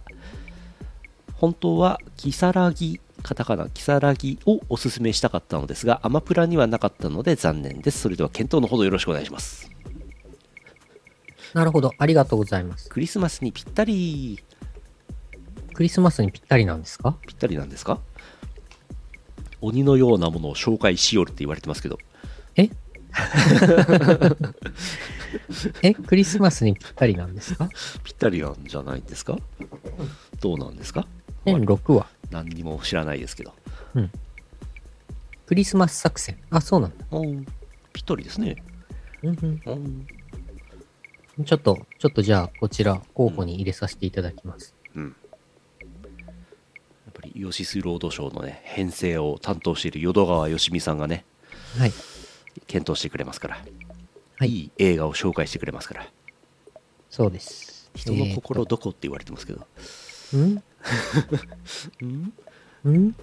S1: 本当はキサラギカタカナキサラギをおすすめしたかったのですがアマプラにはなかったので残念ですそれでは検討のほどよろしくお願いします
S2: なるほど。ありがとうございます。
S1: クリスマスにぴったり
S2: クリスマスにぴったりなんですか
S1: ぴったりなんですか鬼のようなものを紹介しよるって言われてますけど
S2: ええ、クリスマスにぴったりなんですか
S1: ぴったりなんじゃないですかどうなんですか
S2: 全6話。
S1: 何にも知らないですけど
S2: クリスマス作戦。あ、そうなんだ。
S1: うんぴったりですね
S2: うん
S1: うん
S2: うん、ちょっと、ちょっとじゃあ、こちら、候補に入れさせていただきます。
S1: うんやっぱりイオシスロードショーのね編成を担当している淀川よしみさんがね
S2: はい。
S1: 検討してくれますから、、
S2: はいい
S1: い映画を紹介してくれますから
S2: そうです。
S1: 人の心
S2: えー
S1: どこって言われてますけど、
S2: とうん
S1: うん
S2: うん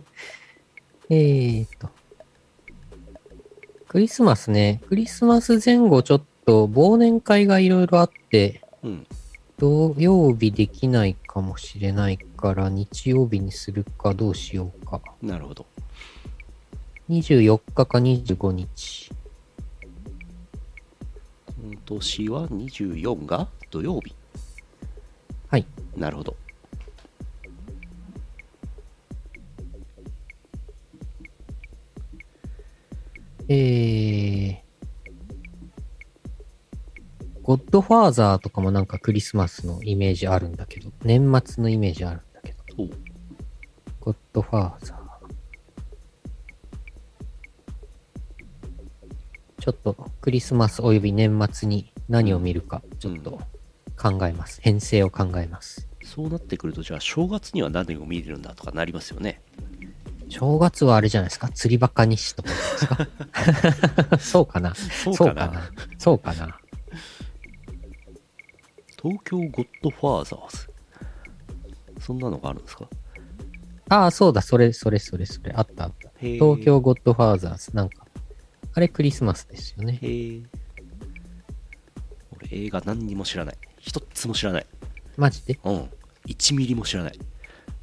S2: えーっと。クリスマスね。クリスマス前後ちょっと忘年会がいろいろあって、
S1: うん
S2: 土曜日できないかもしれないから、日曜日にするかどうしようか。
S1: なるほど
S2: 24日か25日。
S1: 今年は24が土曜日
S2: はい。
S1: なるほど
S2: えー、ゴッドファーザーとかもなんかクリスマスのイメージあるんだけど、年末のイメージあるんだけど。
S1: お
S2: ゴッドファーザー。ちょっとクリスマスおよび年末に何を見るか、ちょっと考えます。編成を考えます。
S1: そうなってくるとじゃあ正月には何を見れるんだとかなりますよね
S2: 正月はあれじゃないですか釣りバカにしとかで すかそうかな
S1: そう
S2: そ
S1: か
S2: うか
S1: な
S2: なそうかな
S1: 東京ゴッドファーザーズそんなのがあるんですか
S2: ああ、そうだ、それ、それ、それ、それ、あった、あった。
S1: へー
S2: 東京ゴッドファーザーズ、なんか。あれ、クリスマスですよね。
S1: へえ俺映画何にも知らない一つも知らない
S2: マジで
S1: うん1ミリも知らない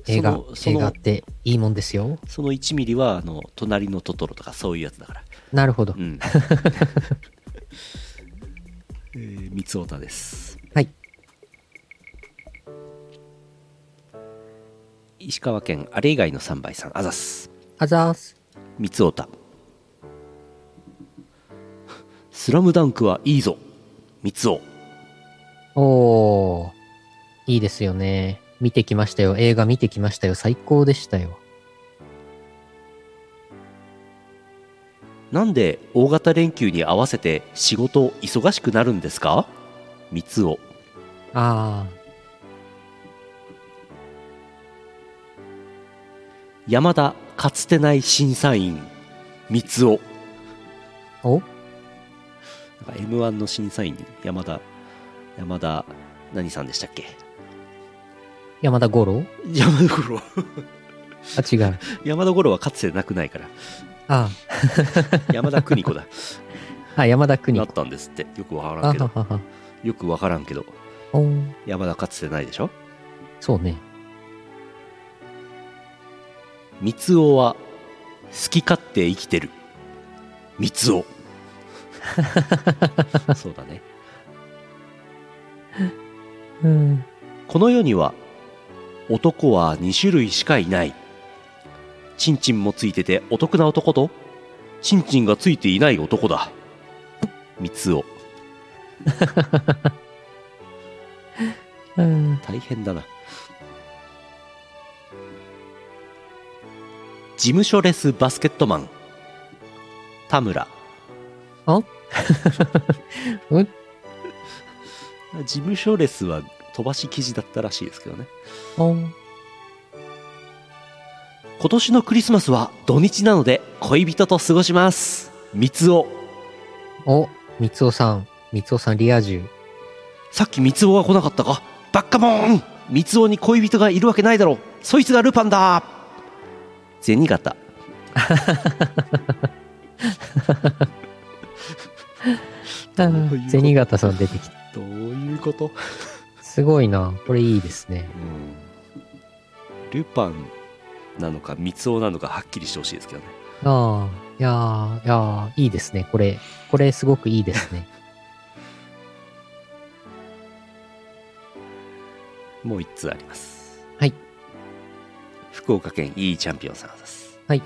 S2: 映画
S1: その、そ
S2: 映画っ
S1: の
S2: ていいもんですよ。
S1: その1ミリはあの「隣のトトロ」とかそういうやつだから
S2: なるほど
S1: う。 んえー、三つおたです
S2: はい。
S1: 石川県あれ以外の3倍さんあざっす
S2: あざーす。
S1: 三つおたスラムダンクはいいぞ三つお
S2: おー。いいですよね。見てきましたよ。映画見てきましたよ。最高でしたよ。
S1: なんで大型連休に合わせて仕事忙しくなるんですか三つお
S2: あ
S1: 山田かつてない審査員三つお
S2: ー。お
S1: m 1の審査員に山田山田何さんでしたっけ
S2: 山田五郎
S1: 山田五郎
S2: あ、違う。
S1: 山田五郎はかつてなくないから
S2: あ
S1: 山田邦子だ
S2: あ、あ山田邦
S1: なっ
S2: 子。
S1: たんですってよくわから
S2: あ
S1: んけ
S2: は
S1: ど
S2: はは。
S1: よくわからんけど
S2: おー
S1: 山田かつてないでしょ
S2: そうね。
S1: 三つ男は好き勝手生きてる三つ 男そうだね
S2: うん。
S1: この世には男は2種類しかいないチンチンもついててお得な男とチンチンがついていない男だ三つ男
S2: うん。
S1: 大変だな事務所レスバスケットマン田村
S2: うん
S1: 事務所レスは飛ばし記事だったらしいですけどね
S2: おー
S1: 今年のクリスマスは土日なので恋人と過ごします三つ男
S2: お、三つおさん。三つおさんリア充。
S1: さっき三つ男が来なかったかバッカモーン三つ男に恋人がいるわけないだろうそいつがルパンだ銭形
S2: うん銭形さん出てきた。
S1: どういうこと
S2: すごいな。これいいですね。
S1: うんルパンなのか三つ男なのかはっきりしてほしいですけどね
S2: ああ、いやーいやーいいですね。これ、これすごくいいですね。
S1: もう1通あります
S2: はい
S1: 福岡県いいチャンピオンさんです
S2: はい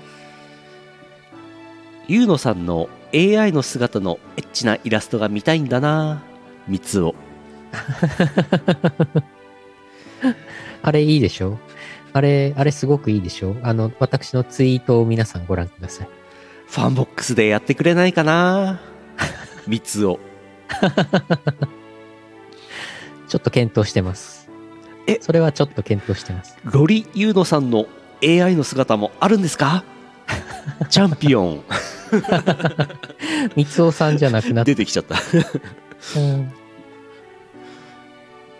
S1: ゆうのさんの AI の姿のエッチなイラストが見たいんだな三つ男
S2: あれいいでしょあれ、あれすごくいいでしょあの、私のツイートを皆さんご覧ください。
S1: ファンボックスでやってくれないか な三つ男
S2: ちょっと検討してます。
S1: え
S2: それはちょっと検討してます。
S1: ロリゆうのさんの AI の姿もあるんです かチャンピオン
S2: 三つおさんじゃなくなって
S1: 出てきちゃった
S2: うん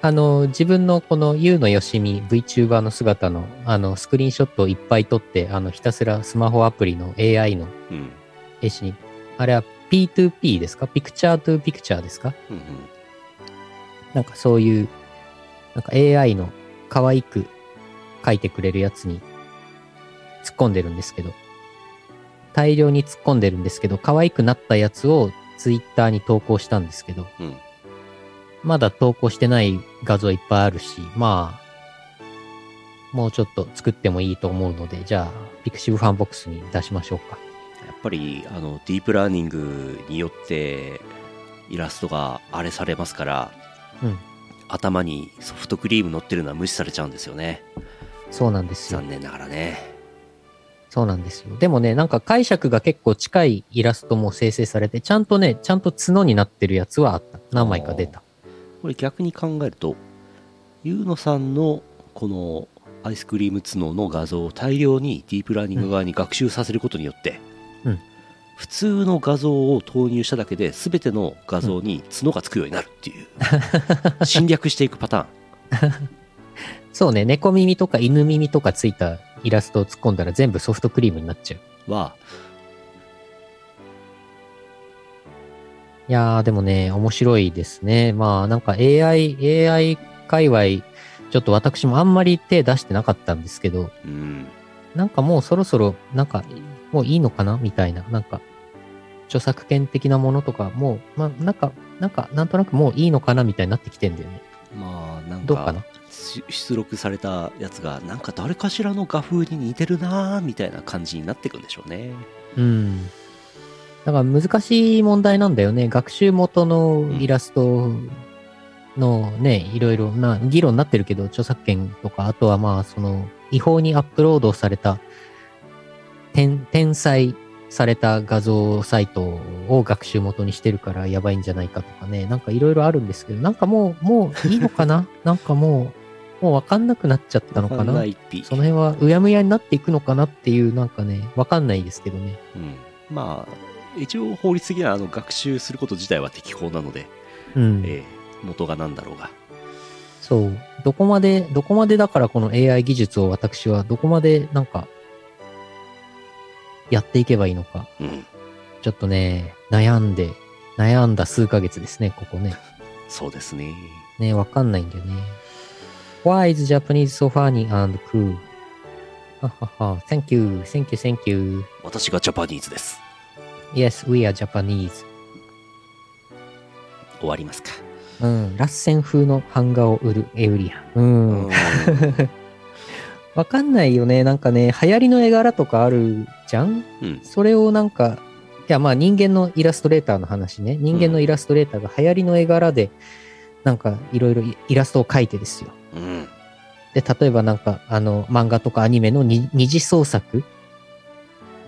S2: あの、自分のこの U のよしみ VTuber の姿の、あの、スクリーンショットをいっぱい撮って、あの、ひたすらスマホアプリの AI の
S1: うん
S2: 絵師に、あれは P2P ですかピクチャー to ピクチャーですか
S1: うんうん
S2: なんかそういう、なんか AI の可愛く描いてくれるやつに突っ込んでるんですけど、大量に突っ込んでるんですけど、可愛くなったやつをツイッターに投稿したんですけど、
S1: うん
S2: まだ投稿してない画像いっぱいあるし、まあ、もうちょっと作ってもいいと思うので、じゃあ、ピクシブファンボックスに出しましょうか。
S1: やっぱりあのディープラーニングによってイラストがあれされますから、
S2: うん
S1: 頭にソフトクリーム乗ってるのは無視されちゃうんですよね
S2: そうなんですよ。
S1: 残念ながらね
S2: そうなんですよ。でもね、なんか解釈が結構近いイラストも生成されて、ちゃんとね、ちゃんと角になってるやつはあった。何枚か出た。
S1: これ逆に考えるとゆうのさんのこのアイスクリーム角の画像を大量にディープラーニング側に学習させることによって、
S2: うん
S1: 普通の画像を投入しただけで全ての画像に角がつくようになるっていう 侵略していくパターン
S2: そうね、猫耳とか犬耳とかついたイラストを突っ込んだら全部ソフトクリームになっちゃう。
S1: はい
S2: やー、でもね、面白いですね。まあ、なんか AI、AI 界隈、ちょっと私もあんまり手出してなかったんですけど、
S1: うん
S2: なんかもうそろそろ、なんか、もういいのかなみたいな、なんか、著作権的なものとか、もう、まあ、なんか、なんか、なんとなくもういいのかなみたいになってきてんだよね。
S1: まあなん
S2: ど
S1: か
S2: うかな
S1: し出力されたやつがなんか誰かしらの画風に似てるなーみたいな感じになっていくんでしょうね
S2: うん。だから難しい問題なんだよね。学習元のイラストのね、いろいろな議論になってるけど、著作権とか、あとはまあ、その、違法にアップロードされた、転、転載された画像サイトを学習元にしてるからやばいんじゃないかとかね、なんかいろいろあるんですけど、なんかもう、もういいのかななんかもう、もうわかんなくなっちゃったのか
S1: わん
S2: な
S1: ないって
S2: その辺はうやむやになっていくのかなっていう、なんかね、わかんないですけどね。
S1: うん、まあ一応法律的にはあの学習すること自体は適法なので、
S2: うん、
S1: えー元が何だろうが
S2: そう。どこまで、どこまでだからこの AI 技術を私はどこまでなんか、やっていけばいいのか。
S1: うん、
S2: ちょっとね、悩んで、悩んだ数ヶ月ですね、ここね。
S1: そうですね。
S2: ね、わかんないんだよね。Why is Japanese so funny and cool? ははは。Thank you, thank you, thank you.
S1: 私がジャパニーズです。
S2: Yes, we are Japanese.
S1: 終わりますか。
S2: うん、ラッセン風の版画を売るエウリアン。うん。
S1: うん
S2: わかんないよね。なんかね、流行りの絵柄とかあるじゃん
S1: うん。
S2: それをなんか、いやまあ人間のイラストレーターの話ね。人間のイラストレーターが流行りの絵柄で、なんかいろいろイラストを描いてですよ。
S1: うん。
S2: で、例えばなんか、あの、漫画とかアニメのに二次創作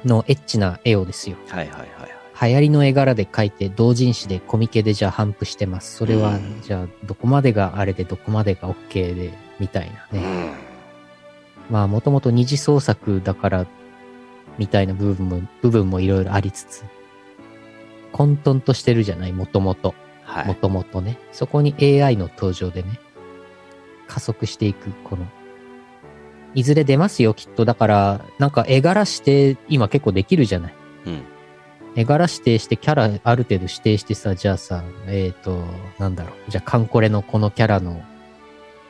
S2: のエッチな絵をですよ。
S1: はいはいはいはい。
S2: 流行りの絵柄で描いて、同人誌でコミケでじゃあ反布してます。それ
S1: う
S2: は
S1: ん、
S2: じゃあどこまでがあれでどこまでが OK で、みたいなね。まあ、もともと二次創作だから、みたいな部分も、部分もいろいろありつつ、混沌としてるじゃない、もともと。
S1: は
S2: も
S1: い。
S2: ともとね。そこに AI の登場でね、加速していく、この、いずれ出ますよ、きっと。だから、なんか絵柄指定、今結構できるじゃない。
S1: うん。
S2: 絵柄指定して、キャラある程度指定してさ、じゃあさ、えっ、と、なんだろう。じゃあ、カンコレのこのキャラの、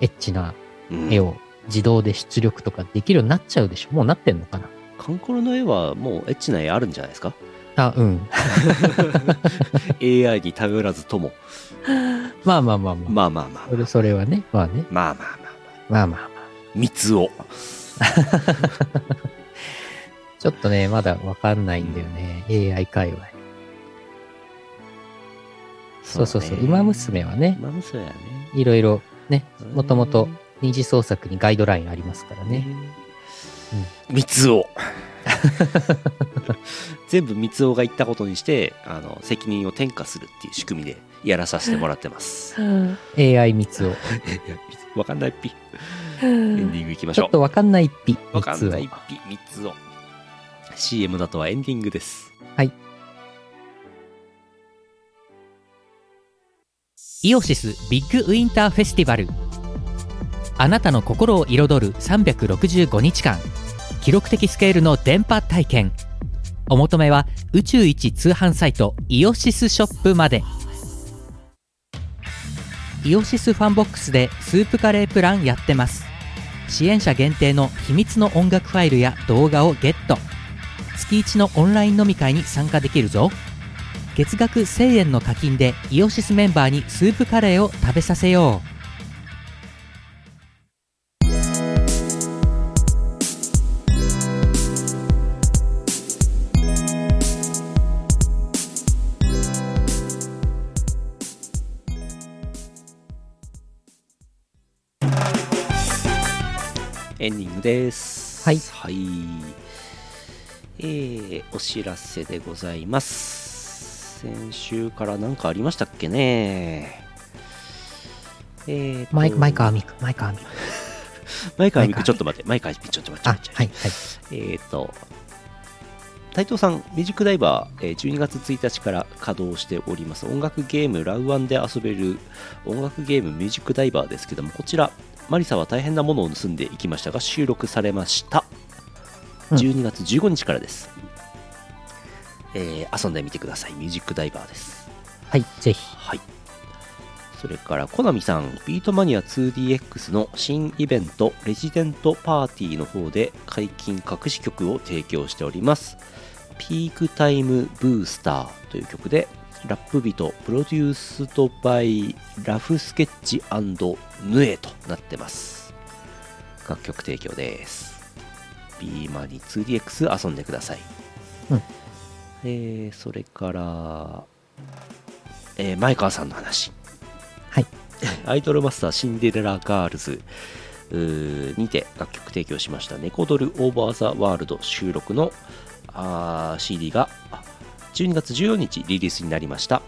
S2: エッチな
S1: うん
S2: 絵。を自動で出力とかできるようになっちゃうでしょもうなってんのかな
S1: カンコロの絵はもうエッチな絵あるんじゃないですか
S2: あ、うん。
S1: ?AI に頼らずとも。
S2: まあまあまあまあ。
S1: まあまあまあ
S2: そ。れそれはね、まあね。
S1: まあまあまあ。
S2: まあまあまあ。
S1: 三つを。
S2: ちょっとね、まだわかんないんだよね。AI 界隈。そうそうそう。
S1: ね
S2: ウマ娘はね、
S1: 馬娘やね。
S2: いろいろね、もともと
S1: ね
S2: 二次創作にガイドラインありますからね。。
S1: 三つを。全部三つおが言ったことにして、あの、責任を転嫁するっていう仕組みでやらさせてもらってます。
S2: AI 密を。
S1: わかんないっぴ。エンディングいきまし
S2: ち
S1: ょ
S2: ょっ
S1: う。
S2: とわかんないっぴ。
S1: わかんないっ
S2: 密を
S1: ぴ、三つを。CM だとはエンディングです。
S4: イオシスビッグウィンターフェスティバルあなたの心を彩る365日間記録的スケールの電波体験お求めは宇宙一通販サイトイオシスショップまでイオシスファンボックスでスープカレープランやってます支援者限定の秘密の音楽ファイルや動画をゲット月一のオンライン飲み会に参加できるぞ月額1000円の課金でイオシスメンバーにスープカレーを食べさせよう
S1: エンディングです。
S2: はい
S1: えー、お知らせでございます。先週から何かありましたっけねえーと、
S2: マイマイカーミク、マイカーミク。
S1: マイカーミ
S2: マ
S1: ク、
S2: イカー
S1: ちょっと待って、マイカーミク、ちょっと待って。
S2: あ、
S1: ちょっと待
S2: はい、は
S1: っ
S2: い。
S1: てえっ、と、斉藤さん、ミュージックダイバー、えー12月1日から稼働しております。音楽ゲーム、ラウワンで遊べる音楽ゲーム、ミュージックダイバーですけども、こちら、マリサは大変なものを盗んでいきましたが、収録されました。
S2: うん
S1: 12月15日からです。えー遊んでみてください。ミュージックダイバーです。
S2: はい、ぜひ。
S1: はい。それから、コナミさん、ビートマニア 2DX の新イベント、レジデントパーティーの方で解禁隠し曲を提供しております。ピークタイムブースターという曲で、ラップ人、プロデュースドバイ、ラフスケッチヌエとなってます。楽曲提供です。ビーマニ 2DX 遊んでください。
S2: うん
S1: えーそれから、えー前川さんの話
S2: はい
S1: アイドルマスターシンデレラガールズうーにて楽曲提供しました「ネコドルオーバーザワールド」収録のあー CD があ12月14日リリースになりました、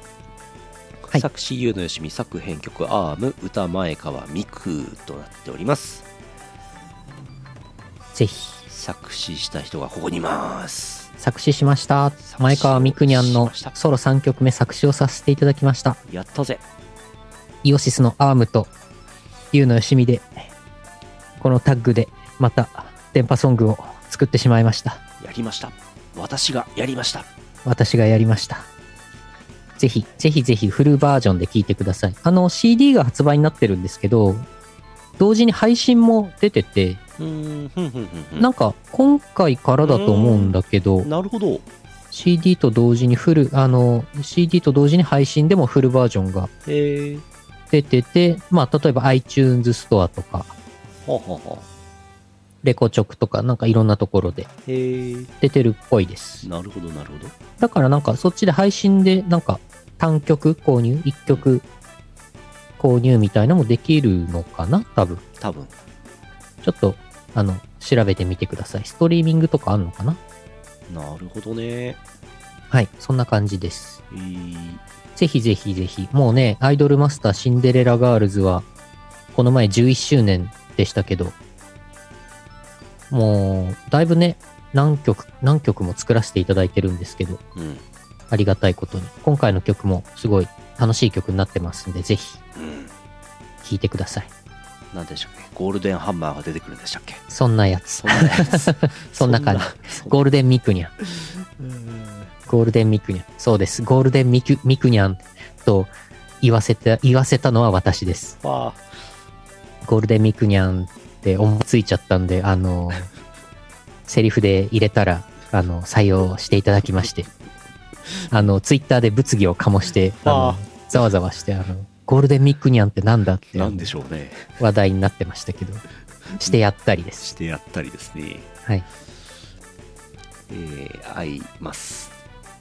S2: はい
S1: 作詞優のよしみ作編曲アーム歌前川美空となっております
S2: ぜひ。
S1: 作詞した人がここにいます
S2: 作詞しました
S1: 詞。を
S2: 前川みくにゃん
S1: し
S2: の
S1: ました
S2: ソロ3曲目作詞をさせていただきました。
S1: やったぜ
S2: イオシスのアームとゆうのよしみで、このタッグで、また、電波ソングを作ってしまいました。
S1: やりました私がやりました
S2: 私がやりました。ぜひ、ぜひぜひフルバージョンで聴いてください。あの、CD が発売になってるんですけど、同時に配信も出てて、
S1: うーんふんふんふんふん
S2: なんか今回からだと思うんだけど、
S1: なるほど
S2: CD と同時にフル、あの、CD と同時に配信でもフルバージョンが
S1: えー、
S2: 出てて、まあ、例えば iTunes ストアとか、
S1: はあ、はあはあ、
S2: レコチョクとか、なんかいろんなところで
S1: えー、
S2: 出てるっぽいです。
S1: なるほどなるほど
S2: だからなんかそっちで配信でなんか単曲購入、一曲購入みたいなのもできるのかな多分。
S1: 多分
S2: ちょっと、あの、調べてみてください。ストリーミングとかあるのかな
S1: なるほどね
S2: はい、そんな感じです。
S1: えー
S2: ぜひぜひぜひ。もうね、アイドルマスターシンデレラガールズは、この前11周年でしたけど、もう、だいぶね、何曲、何曲も作らせていただいてるんですけど、
S1: うん
S2: ありがたいことに。今回の曲もすごい楽しい曲になってますんで、ぜひ
S1: うん
S2: 聴いてください。
S1: 何でしたっけゴールデンハンマーが出てくるんでしたっけ
S2: そんなやつ
S1: そん。なやつ
S2: そんな感じ
S1: そんな
S2: ゴールデンミクニャン。ゴールデンミクニャン。そうです。ゴールデンミクミクニャンと言わせた、言わせたのは私です。
S1: あ
S2: ゴールデンミクニャンって思いついちゃったんで、あの、セリフで入れたら、あの、採用していただきまして、あの、ツイッターで物議を醸して、あ
S1: あ
S2: の
S1: あ、
S2: ざわざわして、あの、ゴールデンミクニャンってなんだって
S1: なんでしょうね
S2: 話題になってましたけど、してやったりです。
S1: してやったりですね
S2: はい。
S1: えー、合います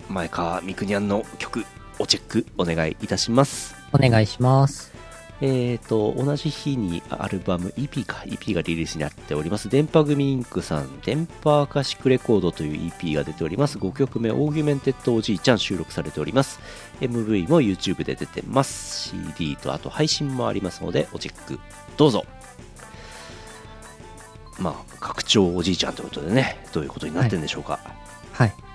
S1: 前川みくにゃんの曲をチェックお願いいたします
S2: お願いします。
S1: えー、と同じ日にアルバム EP か EP がリリースになっております電波組インクさん電波アカシックレコードという EP が出ております5曲目オーギュメンテッドおじいちゃん収録されております MV も YouTube で出てます CD とあと配信もありますのでおチェックどうぞまあ拡張おじいちゃんということでねどういうことになってるんでしょうか、
S2: はい。
S1: えー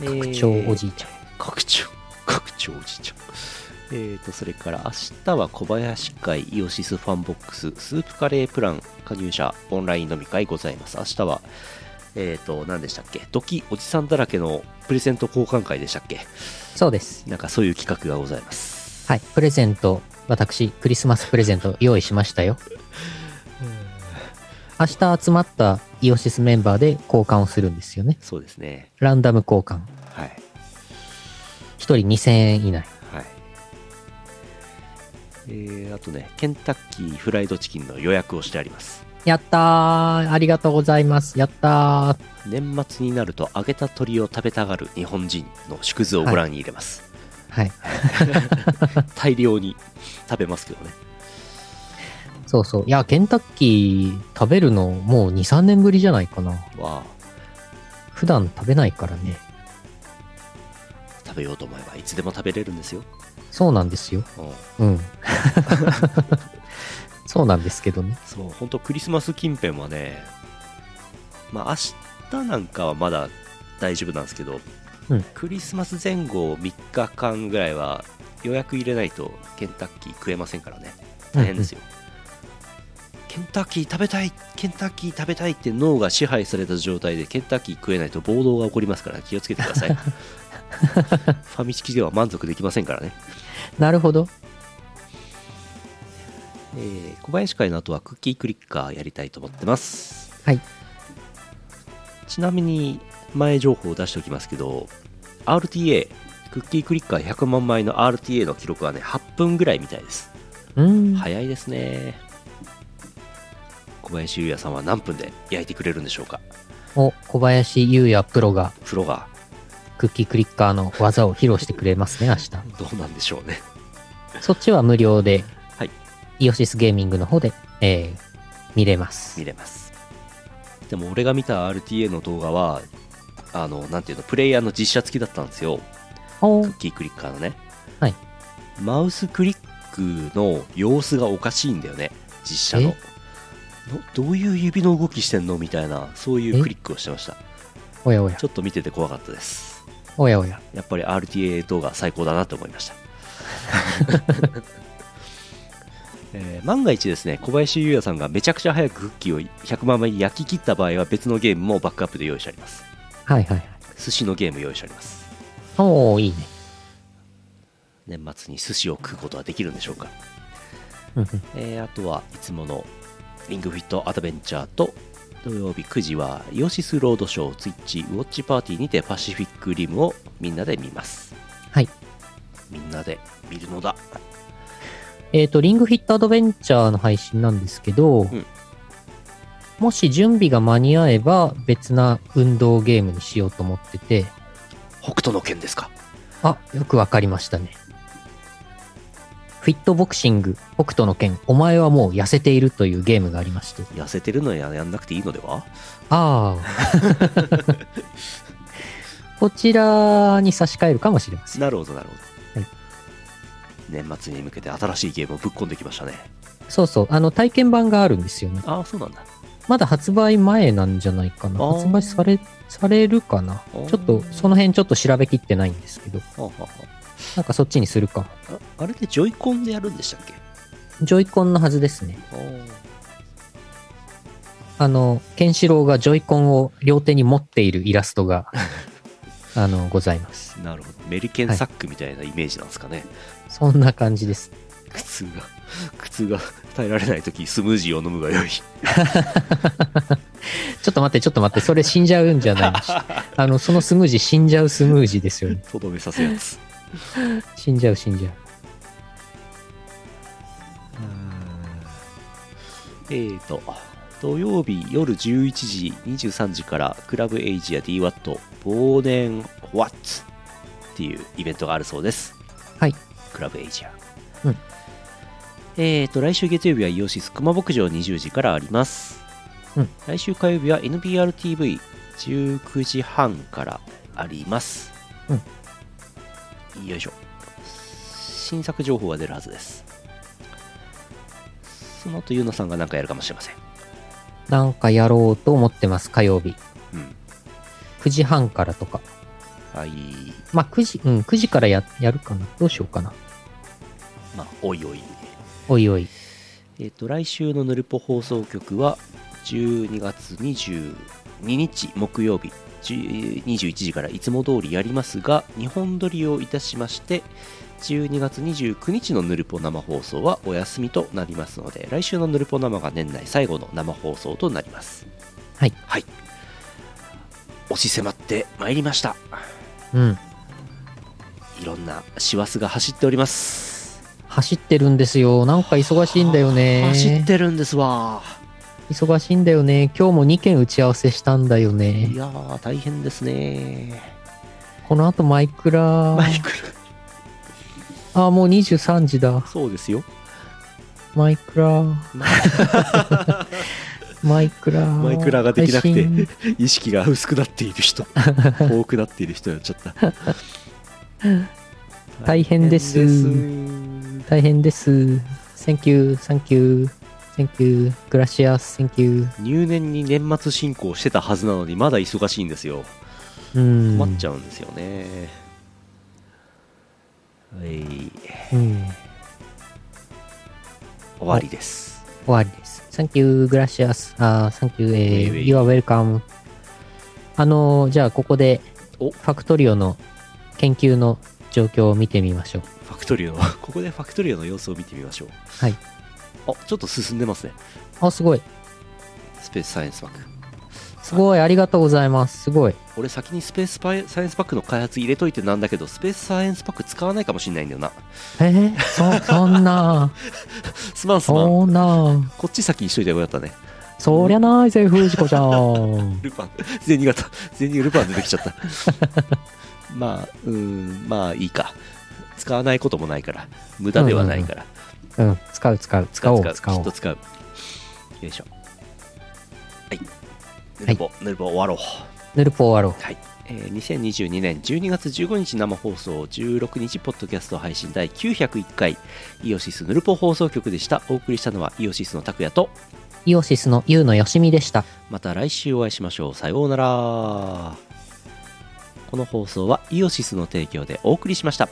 S2: 拡張おじいちゃん。
S1: 拡張 拡張おじいちゃんえー、とそれから明日は小林会イオシスファンボックススープカレープラン加入者オンライン飲み会ございます明日はえー、と何でしたっけドキおじさんだらけのプレゼント交換会でしたっけ
S2: そうです。
S1: なんかそういう企画がございます
S2: はい。プレゼント、私、クリスマスプレゼント用意しましたよ。明日集まったイオシスメンバーで交換をするんですよね。
S1: そうですね
S2: ランダム交換。
S1: はい
S2: 1人2000円以内。
S1: はいえー、あとねケンタッキーフライドチキンの予約をしてあります
S2: やったーありがとうございます。やったー
S1: 年末になると揚げた鳥を食べたがる日本人の縮図をご覧に入れます、
S2: はい。
S1: 大量に食べますけどね
S2: そうそう。いや、ケンタッキー食べるのもう2、3年ぶりじゃないかな。
S1: わあ
S2: 普段食べないからね。
S1: 食べようと思えばいつでも食べれるんですよ、
S2: そうなんですよ。
S1: うん、
S2: うん。 そうなんですけどね。
S1: そう本当クリスマス近辺はねまあ明日なんかはまだ大丈夫なんですけど、
S2: うん
S1: クリスマス前後3日間ぐらいは予約入れないとケンタッキー食えませんからね大変ですよ、ケンタッキー食べたいケンタッキー食べたいって脳が支配された状態でケンタッキー食えないと暴動が起こりますから気をつけてくださ いファミチキでは満足できませんからね
S2: なるほど。
S1: えー小林会の後はクッキークリッカーやりたいと思ってます
S2: はい
S1: ちなみに前情報を出しておきますけど RTA クッキークリッカー100万枚の RTA の記録はね8分ぐらいみたいです
S2: うーん。
S1: 早いですね小林優也さんは何分で焼いてくれるんでしょうか
S2: お、小林優也プロが
S1: プロが
S2: クッキークリッカーの技を披露してくれますね、明日。
S1: どうなんでしょうね
S2: そっちは無料で、
S1: はい
S2: イオシスゲーミングの方で、えー見れます
S1: 見。れますでも俺が見た RTA の動画はあのなんていうのプレイヤーの実写付きだったんですよ
S2: お
S1: クッキークリッカーのね、
S2: はい
S1: マウスクリックの様子がおかしいんだよね実写ののどういう指の動きしてんのみたいなそういうクリックをしてました
S2: おやおや
S1: ち、ょっと見てて怖かったです
S2: おやおや。
S1: やっ ぱり RTA 動画最高だなと思いましたえー万が一ですね小林優也さんがめちゃくちゃ早くクッキーを100万枚焼き切った場合は別のゲームもバックアップで用意してあります
S2: はいはいはい。
S1: 寿司のゲーム用意してあります
S2: おー、いいね。
S1: 年末に寿司を食うことはできるんでしょうか、
S2: うんうん
S1: えーあとはいつものリングフィットアドベンチャーと土曜日9時はイオシスロードショーツイッチウォッチパーティーにてパシフィックリムをみんなで見ます
S2: はい
S1: みんなで見るのだ
S2: えっ、と、リングフィットアドベンチャーの配信なんですけど、
S1: ん
S2: もし準備が間に合えば別な運動ゲームにしようと思ってて、
S1: 北斗の拳ですか
S2: あ、よくわかりましたね。フィットボクシング、北斗の拳、お前はもう痩せているというゲームがありまして。
S1: 痩せてるのややんなくていいのでは
S2: あ あ。こちらに差し替えるかもしれません。
S1: なるほどなるほど、
S2: はい
S1: 年末に向けて新しいゲームをぶっ込んできましたね
S2: そうそう。あの、体験版があるんですよね。
S1: ああそうなんだ
S2: まだ発売前なんじゃないかな。
S1: あー
S2: 発売され、されるかな。
S1: ー
S2: ちょっと、その辺ちょっと調べきってないんですけど、
S1: はあはあは
S2: なんかそっちにするかも。
S1: あああれってジョイコンでやるんでしたっけ
S2: ジョイコンのはずですね。
S1: あー
S2: あの、ケンシロウがジョイコンを両手に持っているイラストが、 あの、ございます。
S1: なるほどメリケンサックみたいなイメージなんですかね、
S2: そんな感じです。
S1: 苦痛が苦痛が耐えられない時スムージーを飲むがよい
S2: ちょっと待って、ちょっと待って、それ死んじゃうんじ ゃないのあの、そのスムージー死んじゃうスムージーですよね。
S1: とどめさせやつ
S2: 死んじゃう死んじゃう。
S1: えーと土曜日夜11時23時からクラブエイジや DWAT 忘年 What っていうイベントがあるそうです
S2: はい
S1: クラブエイジア
S2: うん
S1: えーと来週月曜日はイオシス熊牧場20時からあります、
S2: うん
S1: 来週火曜日は NBRTV19 時半からあります、よいしょ新作情報が出るはずですその後ゆうなさんが何かやるかもしれません、
S2: なんかやろうと思ってます、火曜日。
S1: うん、
S2: 9時半からとか。
S1: はい
S2: まあ、9時、うん、9時からや、やるかな。どうしようかな。
S1: まあおいおい
S2: おいおい。
S1: えっ、と来週のぬるぽ放送局は12月22日木曜日10 21時からいつも通りやりますが日本撮りをいたしまして12月29日のぬるぽ生放送はお休みとなりますので来週のぬるぽ生が年内最後の生放送となります
S2: はい
S1: はい押し迫ってまいりました
S2: うん。
S1: いろんな師走が走っております、
S2: 走ってるんですよ。なんか忙しいんだよね。
S1: 走ってるんですわ
S2: 忙しいんだよね。今日も2件打ち合わせしたんだよ
S1: い
S2: ね。
S1: やー大変ですね
S2: この後マイクラ。
S1: マイク
S2: あー、もう23時だ
S1: ラ。そうですよ
S2: マイク ラ。マイクラ。
S1: マイクラができなくて
S2: 配信
S1: 意識が薄くなっている 人多くなっている人やっちゃった
S2: 大変です
S1: 大変です
S2: 大変です。Thank you, thank you, thank you, gracias, thank you.
S1: 入念に年末進行してたはずなのにまだ忙しいんですよ
S2: うん。
S1: 困っちゃうんですよね、はい
S2: うん。終
S1: 終わりです
S2: わりです。Thank you, gracias, あー thank you, え
S1: ウェイウェ
S2: ー
S1: イ
S2: you are welcome. あのーじゃあここで、フ
S1: お
S2: ァクトリオの研究の状況を見てみましょう。
S1: ファクトリオの ここでファクトリオの様子を見てみましょう
S2: はい
S1: あちょっと進んでますね
S2: あ、すごい。
S1: スペースサイエンスバック
S2: すごい、ありがとうございます。すごい。
S1: 俺先にスペースパイサイエンスパックの開発入れといてなんだけどスペースサイエンスパック使わないかもしれないんだよな
S2: えー、そ、そんな、
S1: すまんすまん
S2: そんな、
S1: こっち先にしといたよかったね
S2: そりゃないぜ、藤子ちゃん。
S1: ルパン 銭形銭形ルパン出てきちゃったまあうーんまあいいか使わないこともないから無駄ではないから、
S2: うん、使う、使う、使おう、
S1: 使
S2: 使
S1: うき
S2: お
S1: っと
S2: う。
S1: 使うよいしょはいぬるぼ、ぬるぼ終わろう
S2: ヌルポ終わろう。
S1: はい、えー2022年12月15日生放送16日ポッドキャスト配信第901回イオシスヌルポ放送局でしたお送りしたのはイオシスの拓也と
S2: イオシスのユウのよしみでした。
S1: また来週お会いしましょうさようならこの放送はイオシスの提供でお送りしました